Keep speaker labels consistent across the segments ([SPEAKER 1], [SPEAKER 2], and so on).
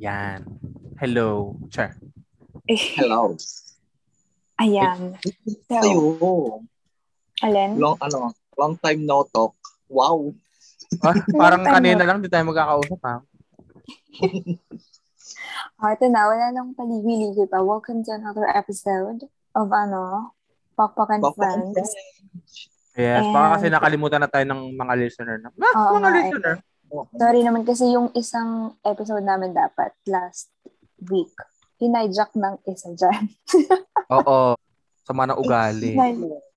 [SPEAKER 1] Yan. Hello. Char.
[SPEAKER 2] Eh,
[SPEAKER 3] Hello.
[SPEAKER 2] ayan. So,
[SPEAKER 3] Hello.
[SPEAKER 2] Alin?
[SPEAKER 3] Long, ano, long time no talk. Wow.
[SPEAKER 1] Ah, parang
[SPEAKER 2] time
[SPEAKER 1] kanina
[SPEAKER 2] na-
[SPEAKER 1] lang di tayo magkakausap ha.
[SPEAKER 2] Ah, Ito na, wala nang paligid pa. Welcome to another episode of ano, Pakpakan
[SPEAKER 3] Bakit?
[SPEAKER 2] Friends.
[SPEAKER 1] Yes, baka kasi
[SPEAKER 2] And-
[SPEAKER 1] nakalimutan na tayo ng mga listener na. Ah,
[SPEAKER 2] Oo
[SPEAKER 1] mga
[SPEAKER 2] nga, eh.
[SPEAKER 1] listener.
[SPEAKER 2] Sorry naman kasi yung isang episode namin dapat last week. Hinijack ng isa dyan.
[SPEAKER 1] Oo. Sama na ugali.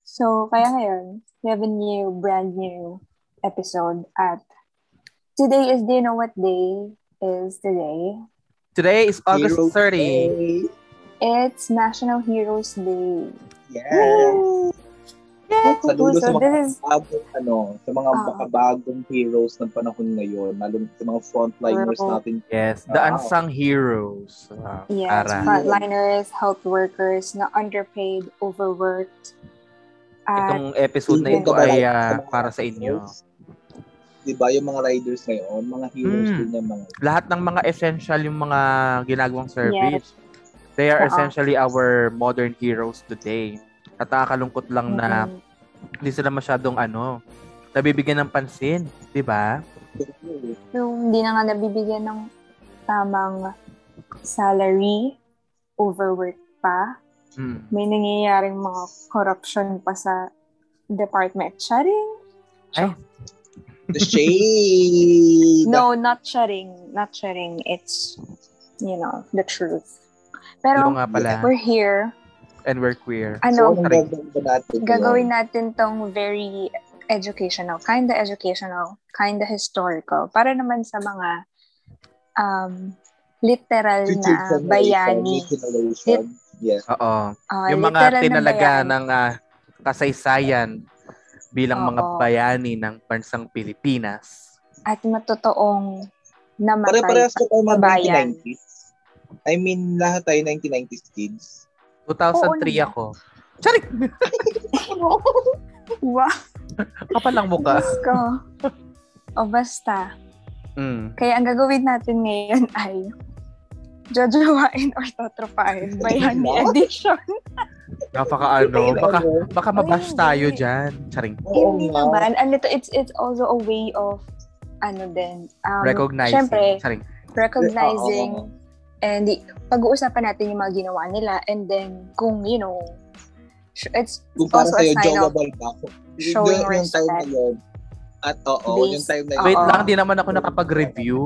[SPEAKER 2] So, kaya ngayon, we have a new, brand new episode at today is, do you know what day is today?
[SPEAKER 1] Today is August
[SPEAKER 3] Hero
[SPEAKER 1] 30.
[SPEAKER 3] Day.
[SPEAKER 2] It's National Heroes Day.
[SPEAKER 3] Yes.
[SPEAKER 2] Yes!
[SPEAKER 3] Saludo sa
[SPEAKER 2] So,
[SPEAKER 3] mga-
[SPEAKER 2] this is
[SPEAKER 3] Bagong, ano, sa mga
[SPEAKER 2] Ah.
[SPEAKER 3] baka bagong heroes ng panahon ngayon, lalo sa mga frontliners
[SPEAKER 2] Wow.
[SPEAKER 3] natin.
[SPEAKER 1] Yes, the
[SPEAKER 3] Wow.
[SPEAKER 1] unsung heroes. Ah,
[SPEAKER 2] Yes,
[SPEAKER 1] Ara.
[SPEAKER 2] frontliners, health workers na underpaid, overworked. At,
[SPEAKER 1] Itong episode na ito ay
[SPEAKER 3] Yung
[SPEAKER 1] ah,
[SPEAKER 3] kababayan, sa mga
[SPEAKER 1] para sa inyo.
[SPEAKER 3] heroes. Diba, yung mga riders ngayon, mga heroes
[SPEAKER 1] Mm.
[SPEAKER 3] din yung mga
[SPEAKER 1] Lahat ng mga essential yung mga ginagawang service.
[SPEAKER 2] yes,
[SPEAKER 1] They are
[SPEAKER 2] Oo.
[SPEAKER 1] essentially our modern heroes today. At nakakalungkot lang na
[SPEAKER 2] mm,
[SPEAKER 1] hindi sila masyadong ano, nabibigyan ng pansin, 'di ba?
[SPEAKER 2] yung hindi na nga nabibigyan ng tamang salary, overworked pa.
[SPEAKER 1] Mm.
[SPEAKER 2] May nangyayaring mga corruption pa sa department. Sharing?
[SPEAKER 3] The shade!
[SPEAKER 2] No, not sharing. Not sharing. It's, you know, the truth.
[SPEAKER 1] Pero
[SPEAKER 2] Pero
[SPEAKER 1] nga ah, pala
[SPEAKER 2] we're here.
[SPEAKER 1] and we're queer.
[SPEAKER 3] So,
[SPEAKER 2] Ano,
[SPEAKER 3] anong gagawin ba natin?
[SPEAKER 2] gagawin natin tong very educational, kinda educational, kinda historical, para naman sa mga um, literal na
[SPEAKER 3] Future generation,
[SPEAKER 2] bayani.
[SPEAKER 3] new generation. Yes.
[SPEAKER 1] Oo.
[SPEAKER 2] Ah,
[SPEAKER 1] Yung mga
[SPEAKER 2] literal na
[SPEAKER 1] tinalaga
[SPEAKER 2] bayani.
[SPEAKER 1] ng ah, kasaysayan bilang mga
[SPEAKER 2] Oo.
[SPEAKER 1] bayani ng bansang Pilipinas.
[SPEAKER 2] At matotoong namatay.
[SPEAKER 3] Pare-parehas ko tayo mga
[SPEAKER 2] Bayan.
[SPEAKER 3] 1990s. I mean, lahat tayo 1990s kids.
[SPEAKER 1] 2003
[SPEAKER 2] naman.
[SPEAKER 1] ako. Charik!
[SPEAKER 2] wow,
[SPEAKER 1] Kapalang mukha.
[SPEAKER 2] Diyos ko. O basta.
[SPEAKER 1] Mm.
[SPEAKER 2] Kaya ang gagawin natin ngayon ay jojowain or totropahin. Bayani
[SPEAKER 3] Ano?
[SPEAKER 2] edition.
[SPEAKER 1] Napaka ano, baka
[SPEAKER 3] Oo,
[SPEAKER 1] baka mabash
[SPEAKER 2] Ay,
[SPEAKER 1] tayo
[SPEAKER 2] hindi.
[SPEAKER 1] diyan. Charing.
[SPEAKER 2] Hindi
[SPEAKER 3] nga.
[SPEAKER 2] naman. Ano to, it's, it's also a way of, ano din, um,
[SPEAKER 1] Recognizing.
[SPEAKER 2] syempre,
[SPEAKER 1] Charing.
[SPEAKER 2] recognizing, and i- pag-uusapan natin yung mga ginawa nila, and then, kung, you know, sh- it's
[SPEAKER 3] Kung para
[SPEAKER 2] also a
[SPEAKER 3] sa'yo,
[SPEAKER 2] sign of,
[SPEAKER 3] jowable ba ako?
[SPEAKER 2] showing
[SPEAKER 3] yung, yung time na
[SPEAKER 2] respect.
[SPEAKER 3] yun. At oo, yung
[SPEAKER 2] Based-
[SPEAKER 3] time na yun.
[SPEAKER 1] Wait
[SPEAKER 2] Oo.
[SPEAKER 1] lang, di naman ako nakapag-review.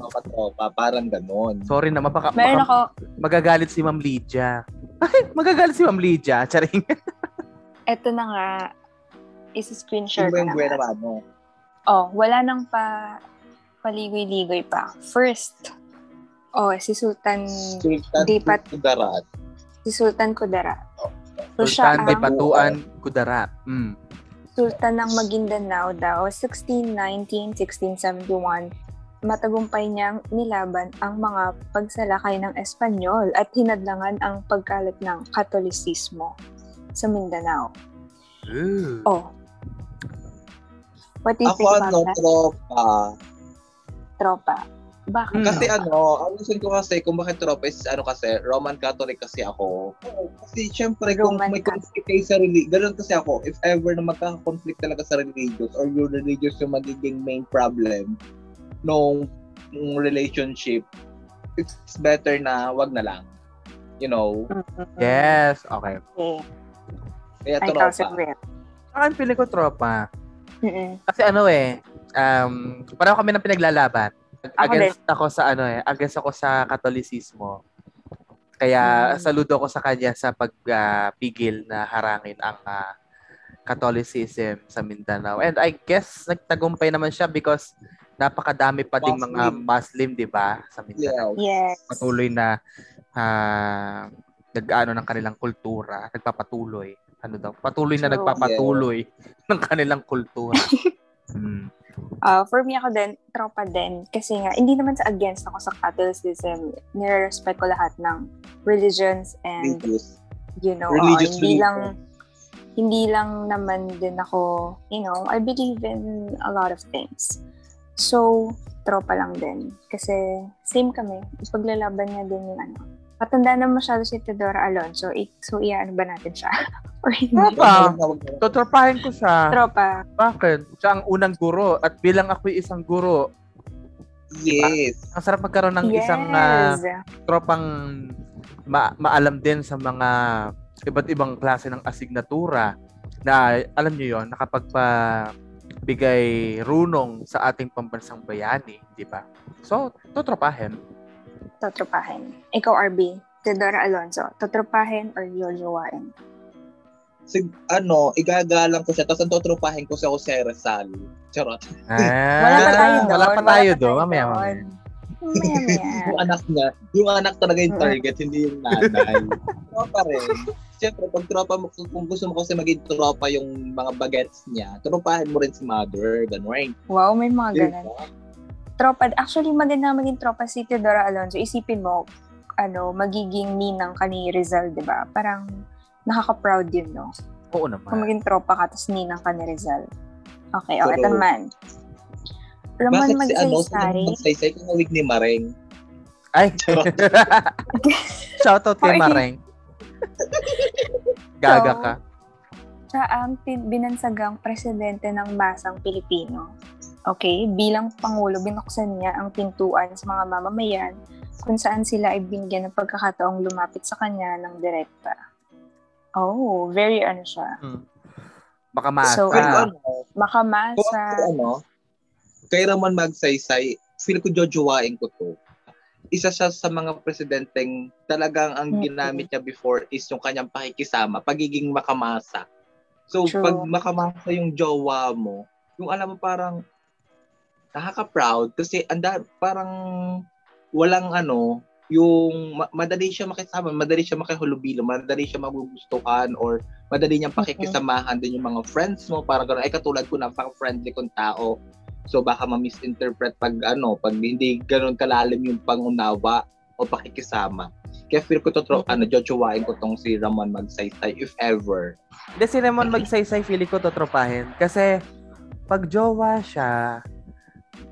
[SPEAKER 3] Kapatropa, parang ganun.
[SPEAKER 1] Sorry naman, baka,
[SPEAKER 2] meron
[SPEAKER 1] baka
[SPEAKER 2] ako,
[SPEAKER 1] magagalit si Ma'am Lydia. Ay, magagalit si Ma'am Lydia. Charing.
[SPEAKER 2] eto na nga, is screen share ko
[SPEAKER 3] Sure yung ano,
[SPEAKER 2] na.
[SPEAKER 3] buwena
[SPEAKER 2] nga.
[SPEAKER 3] ba mo?
[SPEAKER 2] Oh, wala nang pa, paligoy-ligoy pa. First, oh, si Sultan,
[SPEAKER 3] Sultan
[SPEAKER 2] Dipat.
[SPEAKER 3] Kudarat.
[SPEAKER 2] si Sultan
[SPEAKER 3] Oh,
[SPEAKER 2] Kudarato. So, siya
[SPEAKER 1] Sultan,
[SPEAKER 2] ang-
[SPEAKER 1] Dipatuan, Kudarat. Mm.
[SPEAKER 2] Sultan ng Maguindanao daw, 1619, 1671, matagumpay niyang nilaban ang mga pagsalakay ng Espanyol at hinadlangan ang pagkalat ng Katolisismo sa Mindanao. Oh. What do you
[SPEAKER 3] Ako
[SPEAKER 2] think
[SPEAKER 3] ano,
[SPEAKER 2] about that,
[SPEAKER 3] tropa.
[SPEAKER 2] tropa? Bakit?
[SPEAKER 1] Hmm.
[SPEAKER 3] Kasi
[SPEAKER 2] tropa?
[SPEAKER 3] ano, ang reason ko kasi kung bakit tropa is ano kasi, Roman Catholic kasi ako. Kasi syempre kung
[SPEAKER 2] Roman
[SPEAKER 3] may
[SPEAKER 2] Catholic.
[SPEAKER 3] conflict kayo sa religion, ganun kasi ako, if ever na magkaka-conflict talaga sa religious or your religious yung magiging main problem nung nung relationship, it's better na wag na lang. You know?
[SPEAKER 1] Yes, okay.
[SPEAKER 2] Okay.
[SPEAKER 3] Kaya
[SPEAKER 2] I
[SPEAKER 3] tropa.
[SPEAKER 2] also agree.
[SPEAKER 1] Saan pili ko tropa?
[SPEAKER 2] Mm-mm.
[SPEAKER 1] Kasi ano eh, um, pareho kami ng pinaglalaban.
[SPEAKER 2] Ako
[SPEAKER 1] Against ako sa ano eh, against ako sa Katolisismo. Kaya
[SPEAKER 2] Hmm.
[SPEAKER 1] saludo ko sa kanya sa pagpigil na harangin ang ah, Catholicism sa Mindanao. And I guess nagtagumpay naman siya because napakadami pa ding mga
[SPEAKER 3] Muslim.
[SPEAKER 1] Muslim, 'di ba, sa Mindanao.
[SPEAKER 3] Yeah.
[SPEAKER 2] Yes.
[SPEAKER 1] patuloy na ah, nag-ano ng kanilang kultura, nagpapatuloy. Ano daw? Patuloy na
[SPEAKER 2] True.
[SPEAKER 1] nagpapatuloy ng kanilang kultura. Mm.
[SPEAKER 2] Ah, for me ako din, tropa din. Kasi nga, hindi naman sa against ako sa Catholicism. Nire-respect ko lahat ng religions and,
[SPEAKER 3] Religious.
[SPEAKER 2] you know, oo,
[SPEAKER 3] Religious
[SPEAKER 2] hindi
[SPEAKER 3] belief,
[SPEAKER 2] lang,
[SPEAKER 3] oh.
[SPEAKER 2] hindi lang naman din ako, you know, I believe in a lot of things. So, tropa lang din. Kasi same kami. Tapos paglalaban niya din yung ano. Matanda na masyado si Teodora Alonso. I- so, iyaano ba natin siya? Or hindi?
[SPEAKER 1] Tropa. Totropahin ko siya.
[SPEAKER 2] Tropa.
[SPEAKER 1] Bakit? Siya ang unang guro at bilang ako'y isang guro,
[SPEAKER 3] Yes.
[SPEAKER 1] ang sarap magkaroon ng
[SPEAKER 2] yes.
[SPEAKER 1] isang ah, tropang ma- maalam din sa mga iba't ibang klase ng asignatura na alam niyo yon nakapagpa bigay runong sa ating pambansang bayani, di ba? So, tutropahin.
[SPEAKER 2] Totropahin. Ikaw, RB. Teodora Alonso. Totropahin or yoyowain?
[SPEAKER 3] Sig- ano, igagalang ko siya, tapos ang tutropahin ko siya ko si Rizal. Charot.
[SPEAKER 1] Ah,
[SPEAKER 2] Wala pa tayo doon.
[SPEAKER 1] Wala pa tayo doon.
[SPEAKER 2] pa tayo
[SPEAKER 1] Mamaya,
[SPEAKER 2] doon.
[SPEAKER 1] mamaya.
[SPEAKER 2] Mamaya, mamaya.
[SPEAKER 3] yung anak niya, yung anak talaga yung
[SPEAKER 2] Mm.
[SPEAKER 3] target, hindi yung nanay. tropa rin. Siyempre, pag tropa mo, kung gusto mo kasi maging tropa yung mga bagets niya, tropahin mo rin si mother, ganun.
[SPEAKER 2] Wow, may mga Ah, ganun.
[SPEAKER 3] Diba?
[SPEAKER 2] tropa, actually maganda maging tropa si Teodora Alonso. Isipin mo, ano, magiging ninang ka ni Rizal, di ba? Parang nakaka-proud yun, no?
[SPEAKER 1] Oo
[SPEAKER 2] Kung
[SPEAKER 1] naman.
[SPEAKER 2] maging tropa ka, tapos ninang ka ni Rizal. Okay, okay,
[SPEAKER 3] Pero-
[SPEAKER 2] ito naman. Laman
[SPEAKER 3] Bakit si ano,
[SPEAKER 2] magsaysay.
[SPEAKER 3] sino magsaysay kung awig ni Mareng?
[SPEAKER 1] Ay! Shoutout kay
[SPEAKER 2] Sorry.
[SPEAKER 1] Mareng. Gaga ka.
[SPEAKER 2] siya ang tin- um, binansagang presidente ng masang Pilipino. Okay, bilang Pangulo, binuksan niya ang pintuan sa mga mamamayan kung saan sila ay binigyan ng pagkakataong lumapit sa kanya ng direkta. Oh, very ano siya.
[SPEAKER 1] Hmm. Baka maasa.
[SPEAKER 2] So,
[SPEAKER 3] Pero
[SPEAKER 2] Ah.
[SPEAKER 3] ano, kung ako,
[SPEAKER 2] Makamasa.
[SPEAKER 3] ano, kay Ramon magsaysay, feel ko jojowain ko to. Isa siya sa mga presidenteng talagang ang
[SPEAKER 2] Mm-mm.
[SPEAKER 3] ginamit niya before is yung kanyang pakikisama, pagiging makamasa. So,
[SPEAKER 2] True.
[SPEAKER 3] pag makamasa yung jowa mo, yung alam mo parang nakaka-proud kasi anda, parang walang ano, yung ma- madali siya makisama, madali siya makihulubilo, madali siya magugustuhan or madali niyang pakikisamahan din yung mga friends mo para gano'n. Ay katulad ko, napaka-friendly kong tao. So baka ma-misinterpret pag ano, pag hindi gano'n kalalim yung pangunawa o pakikisama. Kaya feel ko to, tro- ano, jojowain ko tong si Ramon Magsaysay, if ever.
[SPEAKER 1] Hindi, si Ramon magsaysay, feeling ko totropahin. Kasi, pag jowa siya,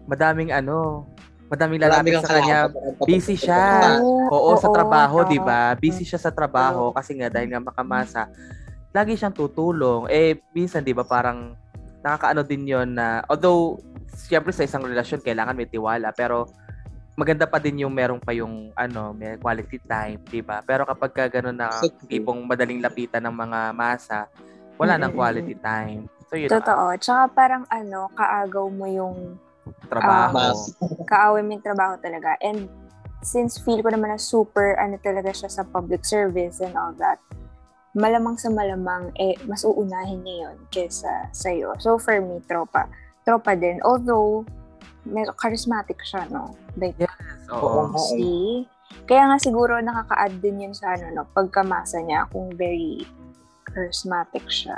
[SPEAKER 1] madaming ano, madaming lalapit
[SPEAKER 3] Marami kang
[SPEAKER 1] sa kanya.
[SPEAKER 3] kalaban, marami kang
[SPEAKER 1] busy siya.
[SPEAKER 3] pagkakataon.
[SPEAKER 1] Oo, sa trabaho,
[SPEAKER 2] tama.
[SPEAKER 1] di ba? Busy siya sa trabaho kasi nga dahil nga makamasa, lagi siyang tutulong. Eh, minsan, di ba, parang nakakaano din yon na, although, siyempre sa isang relasyon, kailangan may tiwala, pero maganda pa din yung merong pa yung ano, may quality time, di ba? Pero kapag ka ganun na
[SPEAKER 3] So true.
[SPEAKER 1] Ah, tipong madaling lapitan ng mga masa, wala nang
[SPEAKER 2] Mm-mm.
[SPEAKER 1] quality time. So, yun ang
[SPEAKER 2] Totoo. Tsaka parang ano, kaagaw mo yung
[SPEAKER 1] trabaho.
[SPEAKER 3] Ah, Mas,
[SPEAKER 2] kaaway mo yung trabaho talaga. And since feel ko naman na super ano talaga siya sa public service and all that, malamang sa malamang, eh, mas uunahin niya yun kesa sa'yo. So, for me, tropa. Tropa din. Although, medyo charismatic siya, no? Like,
[SPEAKER 1] Yes, oo.
[SPEAKER 3] Oo.
[SPEAKER 2] see? Kaya nga siguro nakaka-add din yun sa ano, no? Pagkamasa niya kung very charismatic siya.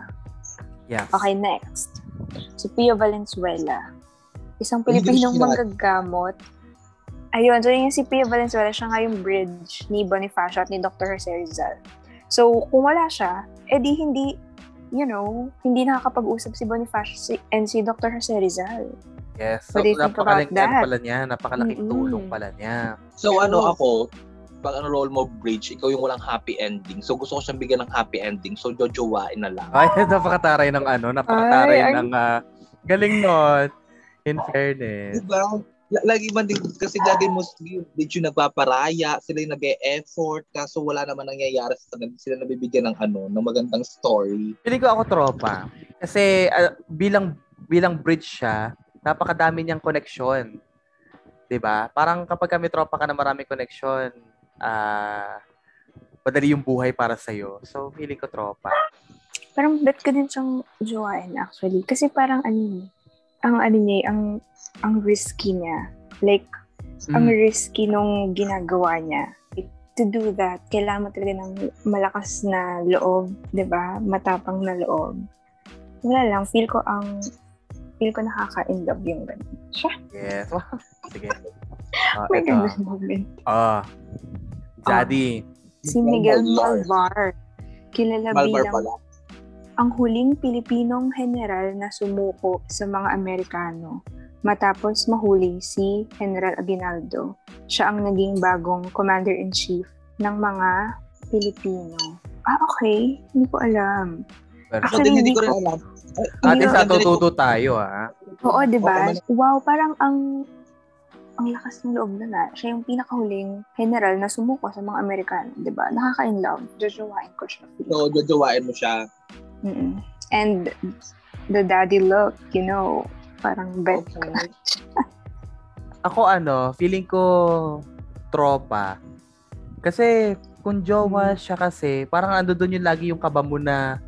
[SPEAKER 1] Yes.
[SPEAKER 2] Okay, next. Si Pio Valenzuela. Isang
[SPEAKER 3] Hindi ko
[SPEAKER 2] Pilipinong
[SPEAKER 3] siya kilala.
[SPEAKER 2] manggagamot. Ayun, so yun yung si Pio Valenzuela, siya nga yung bridge ni Bonifacio at ni Dr. Jose Rizal. So, kung wala siya, edi hindi, you know, hindi nakakapag-usap si Bonifacio si- and si Dr. Jose Rizal.
[SPEAKER 1] Yes. So,
[SPEAKER 2] What do you think about
[SPEAKER 1] napakalaking ano
[SPEAKER 2] that?
[SPEAKER 1] pala niya, napakalaking
[SPEAKER 2] Mm-mm.
[SPEAKER 1] tulong pala niya.
[SPEAKER 3] So ano
[SPEAKER 2] True.
[SPEAKER 3] ako, pag ano role mo bridge, ikaw yung walang happy ending. So gusto ko siyang bigyan ng happy ending. So jojowain na lang.
[SPEAKER 1] Ay, napakataray ng ano, napakataray
[SPEAKER 2] Ay, ay.
[SPEAKER 1] ng ah, galing nun. In fairness.
[SPEAKER 3] Diba? L- lagi man din, kasi lagi mo did you nagpaparaya, sila yung nag-e-effort, kaso wala naman nangyayari sa kanila. Sila nabibigyan ng ano, ng magandang story.
[SPEAKER 1] Piling ko ako tropa. Kasi ah, bilang bilang bridge siya, napakadami niyang connection. 'Di ba? Parang kapag kami tropa ka na marami connection, ah madali yung buhay para sa So, feeling ko tropa.
[SPEAKER 2] Parang bet ko din siyang jowain actually. Kasi parang ano, eh, ang ano niya, eh, ang, ang risky niya. Like, ang risky nung ginagawa niya. To do that, kailangan mo talaga ng malakas na loob, 'di ba? Matapang na loob. Wala lang, feel ko ang feel ko nakaka-end up yung ganun. Siya,
[SPEAKER 1] Yes. Sige. Ah,
[SPEAKER 2] may
[SPEAKER 1] ito.
[SPEAKER 2] ganun moment.
[SPEAKER 1] Ah. Daddy.
[SPEAKER 2] Si Miguel
[SPEAKER 3] Malvar.
[SPEAKER 2] Malvar, kilala
[SPEAKER 3] Malvar
[SPEAKER 2] bilang
[SPEAKER 3] pala.
[SPEAKER 2] ang huling Pilipinong general na sumuko sa mga Amerikano matapos mahuli si General Aguinaldo. Siya ang naging bagong Commander-in-Chief ng mga Pilipino. Ah, okay. Hindi ko alam. Ah.
[SPEAKER 3] Ako din hindi ko rin alam.
[SPEAKER 1] At
[SPEAKER 2] Hindi
[SPEAKER 1] sa
[SPEAKER 3] Ang galing
[SPEAKER 1] tututo tayo, ah. ha?
[SPEAKER 2] Oo, di ba?
[SPEAKER 3] Oo, man-
[SPEAKER 2] Wow, parang ang ang lakas ng loob na na. Siya yung pinakahuling general na sumuko sa mga Amerikano, di ba? Nakaka-in love. Jojowain ko siya.
[SPEAKER 3] So, jajawain mo siya.
[SPEAKER 2] Mm-mm. And the daddy look, you know, parang bet
[SPEAKER 3] Okay.
[SPEAKER 2] ka.
[SPEAKER 1] Ako ano, feeling ko tropa. Kasi kung jowa
[SPEAKER 3] Hmm.
[SPEAKER 1] siya kasi, parang ando doon yung lagi yung kaba mo na,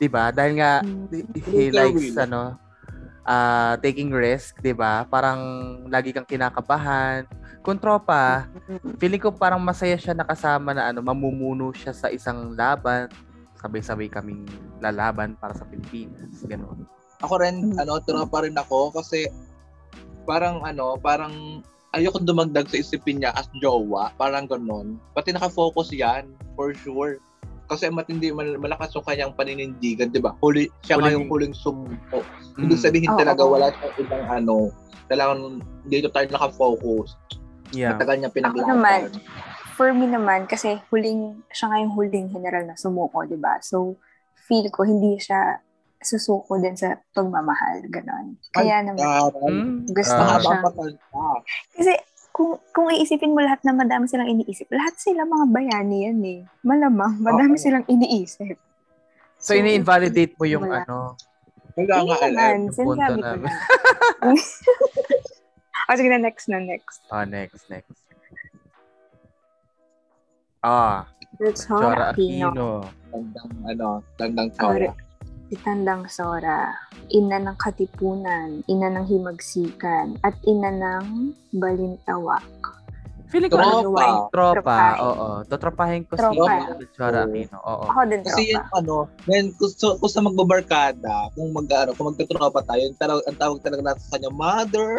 [SPEAKER 1] di ba? Dahil nga,
[SPEAKER 2] Mm.
[SPEAKER 1] he
[SPEAKER 3] Ikaw,
[SPEAKER 1] likes
[SPEAKER 3] Will.
[SPEAKER 1] ano ah, taking risk, 'di ba? Parang lagi kang kinakabahan. Kung tropa,
[SPEAKER 3] Mm-hmm.
[SPEAKER 1] feeling ko parang masaya siya nakasama na ano, mamumuno siya sa isang laban. Sabay-sabay kaming lalaban para sa Pilipinas, gano'n.
[SPEAKER 3] Ako rin,
[SPEAKER 2] Mm.
[SPEAKER 3] ano, tropa rin ako kasi parang ano, parang ayoko dumagdag sa isipin niya as jowa, parang ganun. Pati nakafocus yan, for sure. Kasi matindi, mal- malakas yung kanyang paninindigan, di ba? Huli, siya nga
[SPEAKER 1] Huling-
[SPEAKER 3] yung huling sumuko.
[SPEAKER 1] Mm.
[SPEAKER 3] Ibig sabihin
[SPEAKER 2] Oo.
[SPEAKER 3] talaga, wala siyang ibang ano, talagang dito tayo nakafocus.
[SPEAKER 1] Hmm, Yeah.
[SPEAKER 3] Matagal niya pinaglaban.
[SPEAKER 2] naman. For me naman, kasi huling, siya nga yung huling general na sumuko, di ba? So, feel ko hindi siya susuko din sa pagmamahal, ganon. Kaya
[SPEAKER 3] ah.
[SPEAKER 2] naman,
[SPEAKER 3] Parang,
[SPEAKER 1] Mm.
[SPEAKER 2] Gusto
[SPEAKER 1] Ah,
[SPEAKER 2] siya.
[SPEAKER 3] mahaba pa pala.
[SPEAKER 2] kasi kung, kung iisipin mo lahat na madami silang iniisip, lahat sila mga bayani yan eh. Malamang, madami
[SPEAKER 3] Oo.
[SPEAKER 2] silang iniisip.
[SPEAKER 1] so ini-invalidate mo yung
[SPEAKER 2] Wala.
[SPEAKER 1] ano.
[SPEAKER 3] Wala
[SPEAKER 2] Hindi
[SPEAKER 3] nga alam.
[SPEAKER 2] naman,
[SPEAKER 1] yung
[SPEAKER 2] sinasabi
[SPEAKER 1] punto
[SPEAKER 2] ko
[SPEAKER 1] na-
[SPEAKER 2] na. o sige na, next na, next.
[SPEAKER 1] Ah, next, next. Ah, Chora
[SPEAKER 2] Sora Aquino.
[SPEAKER 1] Aquino.
[SPEAKER 3] Tandang, ano, tandang
[SPEAKER 2] Sorry.
[SPEAKER 3] tawa.
[SPEAKER 2] Itandang Sora. Ina ng Katipunan, ina ng Himagsikan, at ina ng Balintawak.
[SPEAKER 1] Feeling ko
[SPEAKER 3] Tropa.
[SPEAKER 1] ano, tropa.
[SPEAKER 2] Tropahin.
[SPEAKER 1] Oo, totropahin ko si ano,
[SPEAKER 2] Tropa.
[SPEAKER 1] Chora Aquino. Oo.
[SPEAKER 2] Ako din
[SPEAKER 3] Kasi yun,
[SPEAKER 2] tropa.
[SPEAKER 3] ano, ngayon, kung, sa- kung sa magbabarkada, kung mag, ano, kung magtatropa tayo, yung tara- ang tawag talaga natin sa kanya, mother!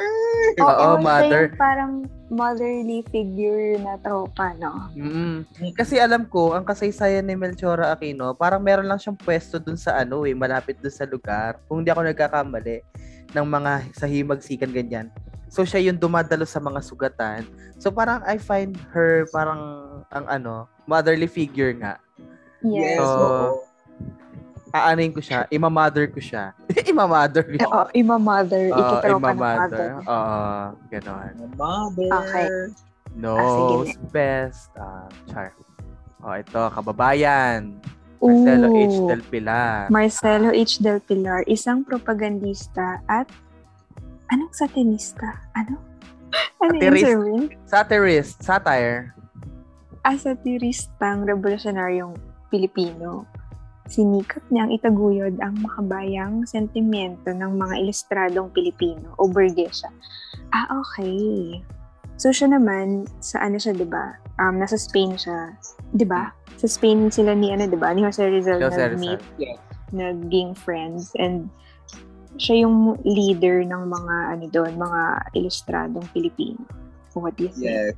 [SPEAKER 1] Oo,
[SPEAKER 2] siya
[SPEAKER 1] mother.
[SPEAKER 2] yung parang motherly figure na tropa, no?
[SPEAKER 1] Mm. Kasi alam ko, ang kasaysayan ni Melchora Aquino, parang meron lang siyang pwesto dun sa ano eh, malapit dun sa lugar. Kung hindi ako nagkakamali, ng mga sa himagsikan ganyan. So siya yung dumadalo sa mga sugatan. So parang I find her parang ang ano, motherly figure nga.
[SPEAKER 3] Yes,
[SPEAKER 2] Yes.
[SPEAKER 1] Oo.
[SPEAKER 3] oo.
[SPEAKER 1] Aanin ko siya, imamother ko siya. imamother ko siya.
[SPEAKER 2] Oo, ima mother.
[SPEAKER 1] Oo,
[SPEAKER 2] Ikatropa ng mother.
[SPEAKER 1] imamother. Oo, ganon.
[SPEAKER 3] Mother!
[SPEAKER 2] Okay. Ah, sige,
[SPEAKER 1] Knows best. Ah, char. Oh, ito, kababayan.
[SPEAKER 2] Ooh.
[SPEAKER 1] Marcelo H. Del Pilar.
[SPEAKER 2] Marcelo H. Del Pilar, isang propagandista at anong satinista? Ano? Ano yung
[SPEAKER 1] Satirist.
[SPEAKER 2] sir Win?
[SPEAKER 1] Satirist. Satire.
[SPEAKER 2] As a turistang revolusyonaryong Pilipino, sinikap niyang itaguyod ang makabayang sentimento ng mga ilustradong Pilipino o burgesa. Ah, okay. So, siya naman, sa ano siya, di ba? Um, nasa Spain siya. Di ba? Sa Spain sila ni, ano, di ba? Ni Jose Rizal
[SPEAKER 1] Jose
[SPEAKER 2] nag-meet,
[SPEAKER 1] Rizal.
[SPEAKER 2] naging friends, and siya yung leader ng mga, ano doon, mga ilustradong Pilipino. What do you think?
[SPEAKER 3] Yes.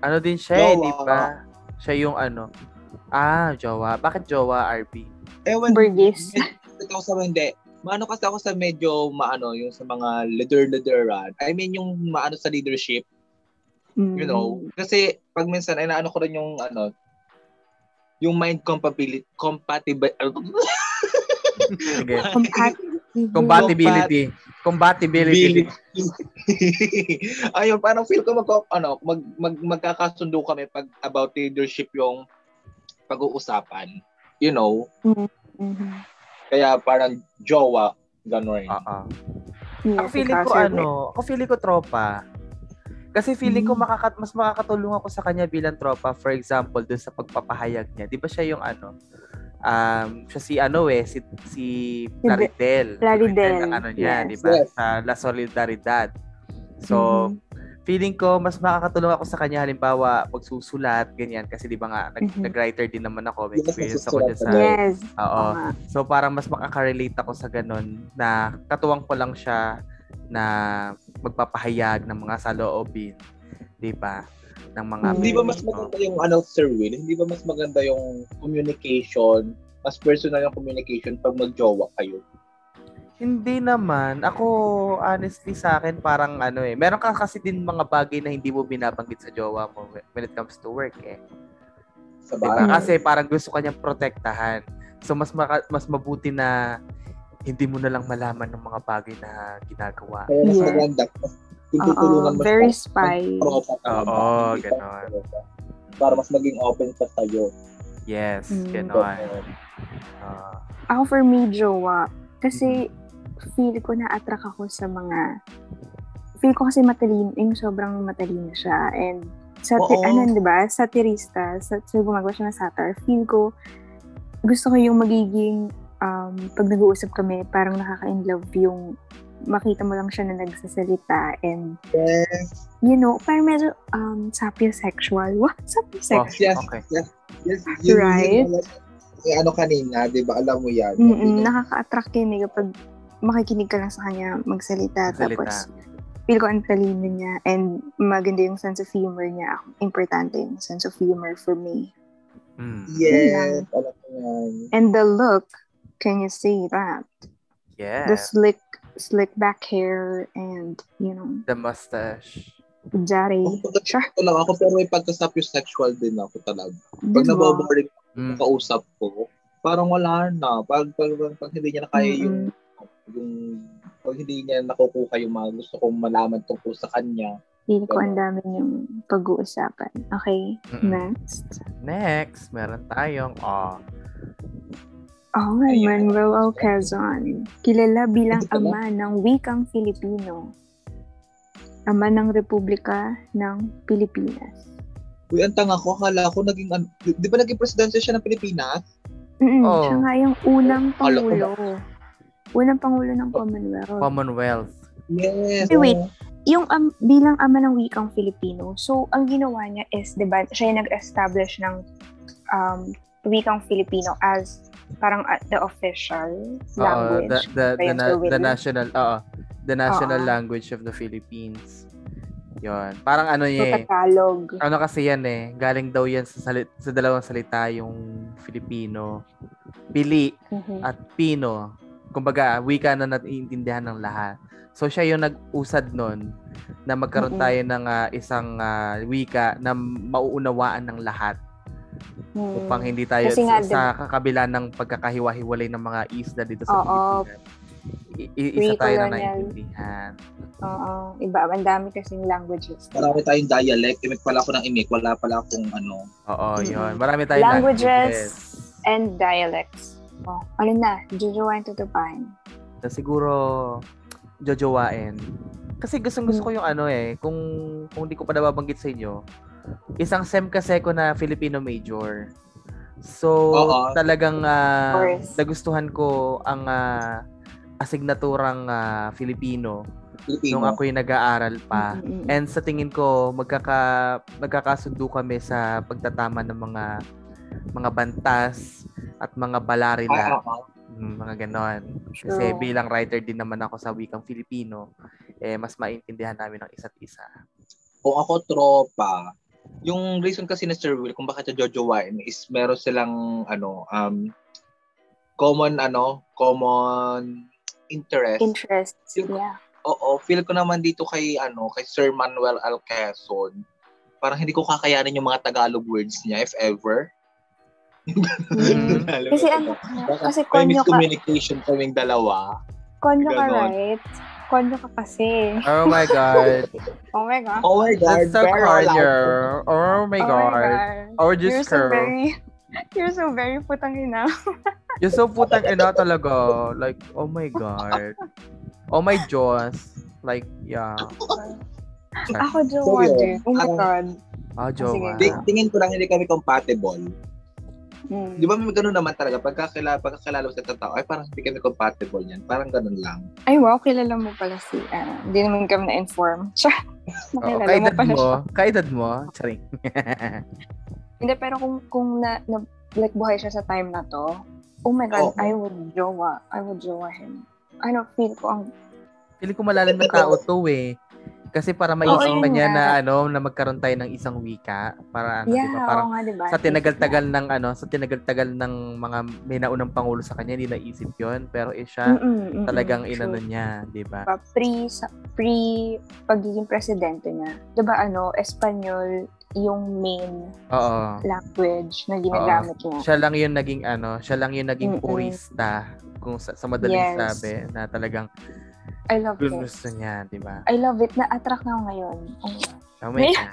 [SPEAKER 1] Ano din siya, eh,
[SPEAKER 3] Jowa.
[SPEAKER 1] di ba? Siya yung ano. Ah, jowa. Bakit jowa, RB?
[SPEAKER 3] Ewan,
[SPEAKER 2] Burgess.
[SPEAKER 3] Eh, Medyo, ako sa hindi. Maano kasi ako sa medyo maano yung sa mga leader-leaderan. I mean yung maano sa leadership,
[SPEAKER 2] Mm.
[SPEAKER 3] you know. Kasi pag minsan ay naano ko rin yung ano yung mind compatibility compatible
[SPEAKER 1] Sige.
[SPEAKER 2] Compat-
[SPEAKER 1] Compatibility. Compatibility.
[SPEAKER 3] Ayun, parang feel ko mag, ano, mag, mag, magkakasundo kami pag about leadership yung pag-uusapan. You know?
[SPEAKER 2] Mhm.
[SPEAKER 3] Kaya parang jowa, gano'n.
[SPEAKER 1] Oo.
[SPEAKER 2] Yes,
[SPEAKER 1] Ako feeling ko
[SPEAKER 2] ikaw, sir.
[SPEAKER 1] ano, ako feeling ko tropa. Kasi feeling ko
[SPEAKER 2] Mm.
[SPEAKER 1] makakat mas makakatulong ako sa kanya bilang tropa. For example, dun sa pagpapahayag niya. 'Di ba siya yung ano? Um, siya si ano eh, si si Claridel.
[SPEAKER 2] Claridel,
[SPEAKER 1] Ang ano niya,
[SPEAKER 2] yes. Mm-hmm.
[SPEAKER 1] 'di ba?
[SPEAKER 3] Yes.
[SPEAKER 1] Sa La Solidaridad. So, feeling ko mas makakatulong ako sa kanya halimbawa pagsusulat ganyan kasi 'di ba nga nag-
[SPEAKER 2] Mhm.
[SPEAKER 1] nag-writer din naman ako, may
[SPEAKER 3] Yes,
[SPEAKER 1] experience ako dyan
[SPEAKER 3] nagsusulat
[SPEAKER 1] sa
[SPEAKER 3] ka.
[SPEAKER 2] Mm-hmm. yes.
[SPEAKER 1] Oo.
[SPEAKER 3] uh,
[SPEAKER 2] tama.
[SPEAKER 1] So para mas makaka-relate ako sa ganun na katuwang ko lang siya na magpapahayag ng mga saloobin, 'di ba? Ng mga
[SPEAKER 2] Mm.
[SPEAKER 3] Hindi ba
[SPEAKER 1] feelings
[SPEAKER 3] mas
[SPEAKER 1] ko.
[SPEAKER 3] maganda yung ano, Sir Will? Hindi ba mas maganda yung communication? Mas personal yung communication pag mag-jowa kayo?
[SPEAKER 1] Hindi naman. Ako, honestly, sa akin, parang ano eh. Meron ka kasi din mga bagay na hindi mo binabanggit sa jowa mo when it comes to work eh.
[SPEAKER 3] Sa
[SPEAKER 1] Diba?
[SPEAKER 3] bagay.
[SPEAKER 1] Kasi parang gusto ka niyang protektahan. So, mas, maka- mas mabuti na hindi mo na lang malaman ng mga bagay na ginagawa.
[SPEAKER 3] Kaya mas
[SPEAKER 2] Yeah.
[SPEAKER 3] maganda. Mas- Kung tutulungan
[SPEAKER 2] Oo,
[SPEAKER 3] mas
[SPEAKER 2] very
[SPEAKER 3] pa-
[SPEAKER 2] spy.
[SPEAKER 3] propa talaga.
[SPEAKER 1] Oo,
[SPEAKER 3] Hindi pa-
[SPEAKER 1] ganon.
[SPEAKER 3] Para mas maging open pa sa'yo.
[SPEAKER 1] Yes,
[SPEAKER 3] Hmm.
[SPEAKER 2] Mm.
[SPEAKER 1] ganon. Ah,
[SPEAKER 2] Ako for me, jowa. Kasi
[SPEAKER 3] Mm-hmm.
[SPEAKER 2] feel ko na attract ako sa mga... Feel ko kasi matalino, yung sobrang matalino siya. And sa, ti-
[SPEAKER 3] Oo.
[SPEAKER 2] ano, di ba? Satirista, sa, so gumagawa siya ng satire. Feel ko, gusto ko yung magiging, um, pag nag-uusap kami, parang nakaka-inlove yung makita mo lang siya na nagsasalita and
[SPEAKER 3] Yes,
[SPEAKER 2] you know, parang medyo um, sapiosexual. What? Sapiosexual?
[SPEAKER 3] yes,
[SPEAKER 1] Okay.
[SPEAKER 3] yes, yes. Yun- yun
[SPEAKER 2] Right?
[SPEAKER 3] yung alam- yung ano kanina, di ba? Alam mo yan.
[SPEAKER 2] Mm-mm, nakaka-attract yun eh kapag makikinig ka lang sa kanya magsalita.
[SPEAKER 1] salita.
[SPEAKER 2] Tapos, feel ko ang talino niya and maganda yung sense of humor niya. Importante yung sense of humor for me.
[SPEAKER 1] Mm.
[SPEAKER 3] Yes, alam mo yan.
[SPEAKER 2] And the look, can you see that?
[SPEAKER 1] Yeah.
[SPEAKER 2] The slick, slick back hair and, you know,
[SPEAKER 1] The mustache.
[SPEAKER 2] jari.
[SPEAKER 3] Kung totoo
[SPEAKER 2] Sure.
[SPEAKER 3] ko lang ako, pero may pagka-sexual din ako talaga.
[SPEAKER 2] Diba?
[SPEAKER 3] Pag naboboring
[SPEAKER 1] Mm.
[SPEAKER 3] yung kausap ko, parang wala na. Pag, pag, pag, pag hindi niya na kaya yung,
[SPEAKER 2] Mm-mm.
[SPEAKER 3] yung, pag hindi niya nakukuha yung mga gusto kong malaman tungkol sa kanya.
[SPEAKER 2] Feel ko ang dami yung pag-uusapan. Okay,
[SPEAKER 1] Mm-mm.
[SPEAKER 2] next.
[SPEAKER 1] Next, meron tayong oh,
[SPEAKER 2] Oh, nga,
[SPEAKER 3] Ayun.
[SPEAKER 2] Manuel Ocazon. Kilala bilang
[SPEAKER 3] Ito pala.
[SPEAKER 2] ama ng wikang Filipino. Ama ng Republika ng Pilipinas.
[SPEAKER 3] Uy, ang tanga ko, akala ko naging, ano- di, di ba naging presidente siya ng Pilipinas?
[SPEAKER 2] Mm,
[SPEAKER 1] Oh.
[SPEAKER 2] Siya nga yung unang
[SPEAKER 3] Kala ko Oh.
[SPEAKER 2] pangulo. Unang pangulo ng Commonwealth.
[SPEAKER 1] Commonwealth.
[SPEAKER 3] Yes.
[SPEAKER 2] Ay, wait. Yung am- bilang ama ng wikang Filipino. So, ang ginawa niya is, di ba, siya yung nag-establish ng um, wikang Filipino as parang uh, the official
[SPEAKER 3] Ah,
[SPEAKER 1] Oo, Ah,
[SPEAKER 2] language.
[SPEAKER 1] the, the, the,
[SPEAKER 2] Ayun,
[SPEAKER 1] na-
[SPEAKER 2] so will
[SPEAKER 1] the
[SPEAKER 2] you?
[SPEAKER 1] national, oo, the national
[SPEAKER 2] Oo.
[SPEAKER 1] language of the Philippines. Yon. Parang ano
[SPEAKER 2] So,
[SPEAKER 1] niya eh.
[SPEAKER 2] Tagalog.
[SPEAKER 3] Ah,
[SPEAKER 1] Ano kasi yan eh. Galing daw yan sa, sali- sa dalawang salita yung Filipino. Pili
[SPEAKER 2] Mhm.
[SPEAKER 1] at Pino. Kumbaga, wika na naiintindihan ng lahat. So, siya yung nag-usad nun na magkaroon
[SPEAKER 2] Mm-mm.
[SPEAKER 1] tayo ng ah, isang ah, wika na mauunawaan ng lahat
[SPEAKER 2] Mm.
[SPEAKER 1] upang hindi tayo
[SPEAKER 2] Kasi nga,
[SPEAKER 1] sa, sa kakabila ng pagkakahiwa-hiwalay ng mga isla dito sa
[SPEAKER 2] Oo.
[SPEAKER 1] Pilipinas. I- i- isa tayo na
[SPEAKER 2] Pre-colonial.
[SPEAKER 1] naiintindihan.
[SPEAKER 2] Oo, iba. Ang dami kasing languages.
[SPEAKER 3] Marami tayong dialect. Imik pala ako ng imik. Wala pala akong ano.
[SPEAKER 1] Oo,
[SPEAKER 2] Mm-mm.
[SPEAKER 1] yun. Marami tayong
[SPEAKER 2] Languages.
[SPEAKER 1] languages.
[SPEAKER 2] And dialects. Oh, ano na, jujuan tutupain.
[SPEAKER 1] na siguro jojowain. Kasi gustong gusto ko yung ano eh, kung kung di ko pa nababanggit sa inyo, isang SEM kasi ko na Filipino major. So,
[SPEAKER 3] Oo.
[SPEAKER 1] talagang ah,
[SPEAKER 2] Of course.
[SPEAKER 1] nagustuhan ko ang ah, asignaturang ah, Filipino
[SPEAKER 3] Filipino.
[SPEAKER 1] nung ako'y nag-aaral pa. Eh,
[SPEAKER 2] Mm-mm.
[SPEAKER 1] And sa tingin ko, magkaka, magkakasundo kami sa pagtatama ng mga mga bantas at mga balarila.
[SPEAKER 3] Ah, ah, ah.
[SPEAKER 1] Mm, mga ganon. Kasi
[SPEAKER 2] True.
[SPEAKER 1] bilang writer din naman ako sa wikang Filipino, eh, mas maintindihan namin ang isa't isa.
[SPEAKER 3] Kung ako tropa, yung reason kasi ni Sir Will kung bakit siya Jojo Wine is meron silang ano um common ano common interest.
[SPEAKER 2] Interests,
[SPEAKER 3] Yung-
[SPEAKER 2] yeah.
[SPEAKER 3] Oo, feel ko naman dito kay ano kay Sir Manuel Alcason. Parang hindi ko kakayanin yung mga Tagalog words niya if ever.
[SPEAKER 1] Mm.
[SPEAKER 3] Alam mo
[SPEAKER 2] Kasi
[SPEAKER 3] ba?
[SPEAKER 2] ano,
[SPEAKER 3] Baka
[SPEAKER 2] kasi
[SPEAKER 3] may
[SPEAKER 2] konyo ka,
[SPEAKER 3] miscommunication kaming dalawa.
[SPEAKER 2] konyo ka,
[SPEAKER 3] ganon.
[SPEAKER 2] right? Konyo ka kasi.
[SPEAKER 1] Oh my God.
[SPEAKER 2] Oh my God.
[SPEAKER 3] Oh my God,
[SPEAKER 1] That's so
[SPEAKER 3] very loud.
[SPEAKER 1] corner. Oh my
[SPEAKER 2] Oh
[SPEAKER 1] God. Oh, Or just
[SPEAKER 2] You're so
[SPEAKER 1] curl.
[SPEAKER 2] very, you're so very putang ina.
[SPEAKER 1] You're so putang ina talaga. Like, oh my God. Oh my Diyos. Like, yeah.
[SPEAKER 2] Ako, jowa
[SPEAKER 3] Sorry,
[SPEAKER 2] din. Oh my
[SPEAKER 3] parang-
[SPEAKER 2] God.
[SPEAKER 1] Ah, jowa.
[SPEAKER 3] Di- tingin ko lang hindi kami compatible.
[SPEAKER 2] Mm.
[SPEAKER 3] Di ba may ganun naman talaga, pagkakilala, pagkakilala mo sa isang tao, ay parang hindi kami compatible niyan. Parang ganun lang.
[SPEAKER 2] Ay, wow, kilala mo pala si, ano, hindi naman kami na-inform. Sure.
[SPEAKER 1] Oo,
[SPEAKER 2] Nakilala mo
[SPEAKER 1] kaedad
[SPEAKER 2] pala
[SPEAKER 1] mo.
[SPEAKER 2] siya.
[SPEAKER 1] Kaedad mo. Charing.
[SPEAKER 2] Hindi, pero kung, kung na, na, like, buhay siya sa time na to, oh my God,
[SPEAKER 3] Oo.
[SPEAKER 2] I would jowa. I would jowa him. Ano, feel ko ang,
[SPEAKER 1] Pili ko malalim ng tao to eh. Kasi para maisip
[SPEAKER 2] Oo,
[SPEAKER 1] pa niya
[SPEAKER 2] yun
[SPEAKER 1] na
[SPEAKER 2] nga.
[SPEAKER 1] ano na magkaroon tayo ng isang wika para ano,
[SPEAKER 2] yeah,
[SPEAKER 1] 'di ba?
[SPEAKER 2] oo
[SPEAKER 1] Parang
[SPEAKER 2] nga, diba?
[SPEAKER 1] sa tinagal-tagal ng ano, sa tinagal-tagal ng mga may naunang pangulo sa kanya, hindi naisip 'yon, pero eh, siya
[SPEAKER 2] Mm-mm, mm-mm,
[SPEAKER 1] talagang
[SPEAKER 2] true.
[SPEAKER 1] inano niya, 'di ba?
[SPEAKER 2] Diba, pre, sa, pre pagiging presidente niya, diba ano, Espanyol yung main
[SPEAKER 1] Oo.
[SPEAKER 2] language na ginagamit niya.
[SPEAKER 1] Siya lang 'yung naging ano, siya lang 'yung naging
[SPEAKER 2] Mm-mm.
[SPEAKER 1] purista kung sa, sa madaling
[SPEAKER 2] Yes.
[SPEAKER 1] sabi na talagang
[SPEAKER 2] I love it.
[SPEAKER 1] gusto niya, 'di ba?
[SPEAKER 2] I love it. Na-attract na ako ngayon. Oh.
[SPEAKER 1] Oh my
[SPEAKER 2] May-
[SPEAKER 1] God.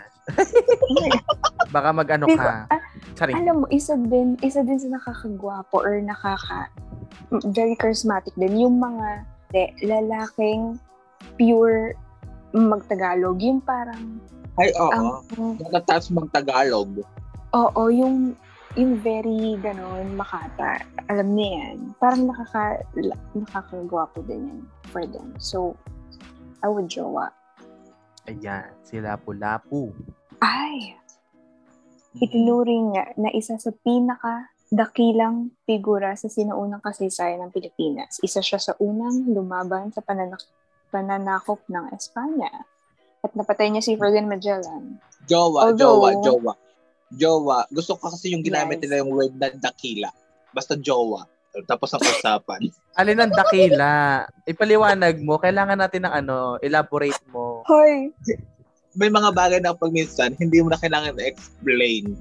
[SPEAKER 1] Baka mag-ano
[SPEAKER 2] Di
[SPEAKER 1] ka.
[SPEAKER 2] ba- ah,
[SPEAKER 1] Sorry.
[SPEAKER 2] alam mo, isa din, isa din sa nakakagwapo or nakaka, m- very charismatic din, yung mga de, lalaking pure magtagalog. Yung parang,
[SPEAKER 3] Ay,
[SPEAKER 2] ang,
[SPEAKER 3] oo. Nakataas mag-Tagalog.
[SPEAKER 2] oo, yung, yung very ganun, makata. Alam niya yan. Parang nakaka, la- nakakagwapo din yan for them. So, I would jowa.
[SPEAKER 1] Ayan, si Lapu-Lapu.
[SPEAKER 2] Ay,
[SPEAKER 3] Mm.
[SPEAKER 2] itinuring niya na isa sa pinaka dakilang figura sa sinuunang kasaysayan ng Pilipinas. Isa siya sa unang lumaban sa pananak- pananakop ng Espanya. At napatay niya si Ferdinand Magellan.
[SPEAKER 3] Jowa,
[SPEAKER 2] Although-
[SPEAKER 3] jowa, jowa. Jowa. Gusto ko kasi yung ginamit
[SPEAKER 2] Yes.
[SPEAKER 3] nila yung word na dakila. Basta jowa. Tapos ang usapan.
[SPEAKER 1] Alin ang dakila? Ipaliwanag mo. Kailangan natin ng ano, elaborate mo.
[SPEAKER 2] Hoy!
[SPEAKER 3] May mga bagay na pag minsan, hindi mo na kailangan explain.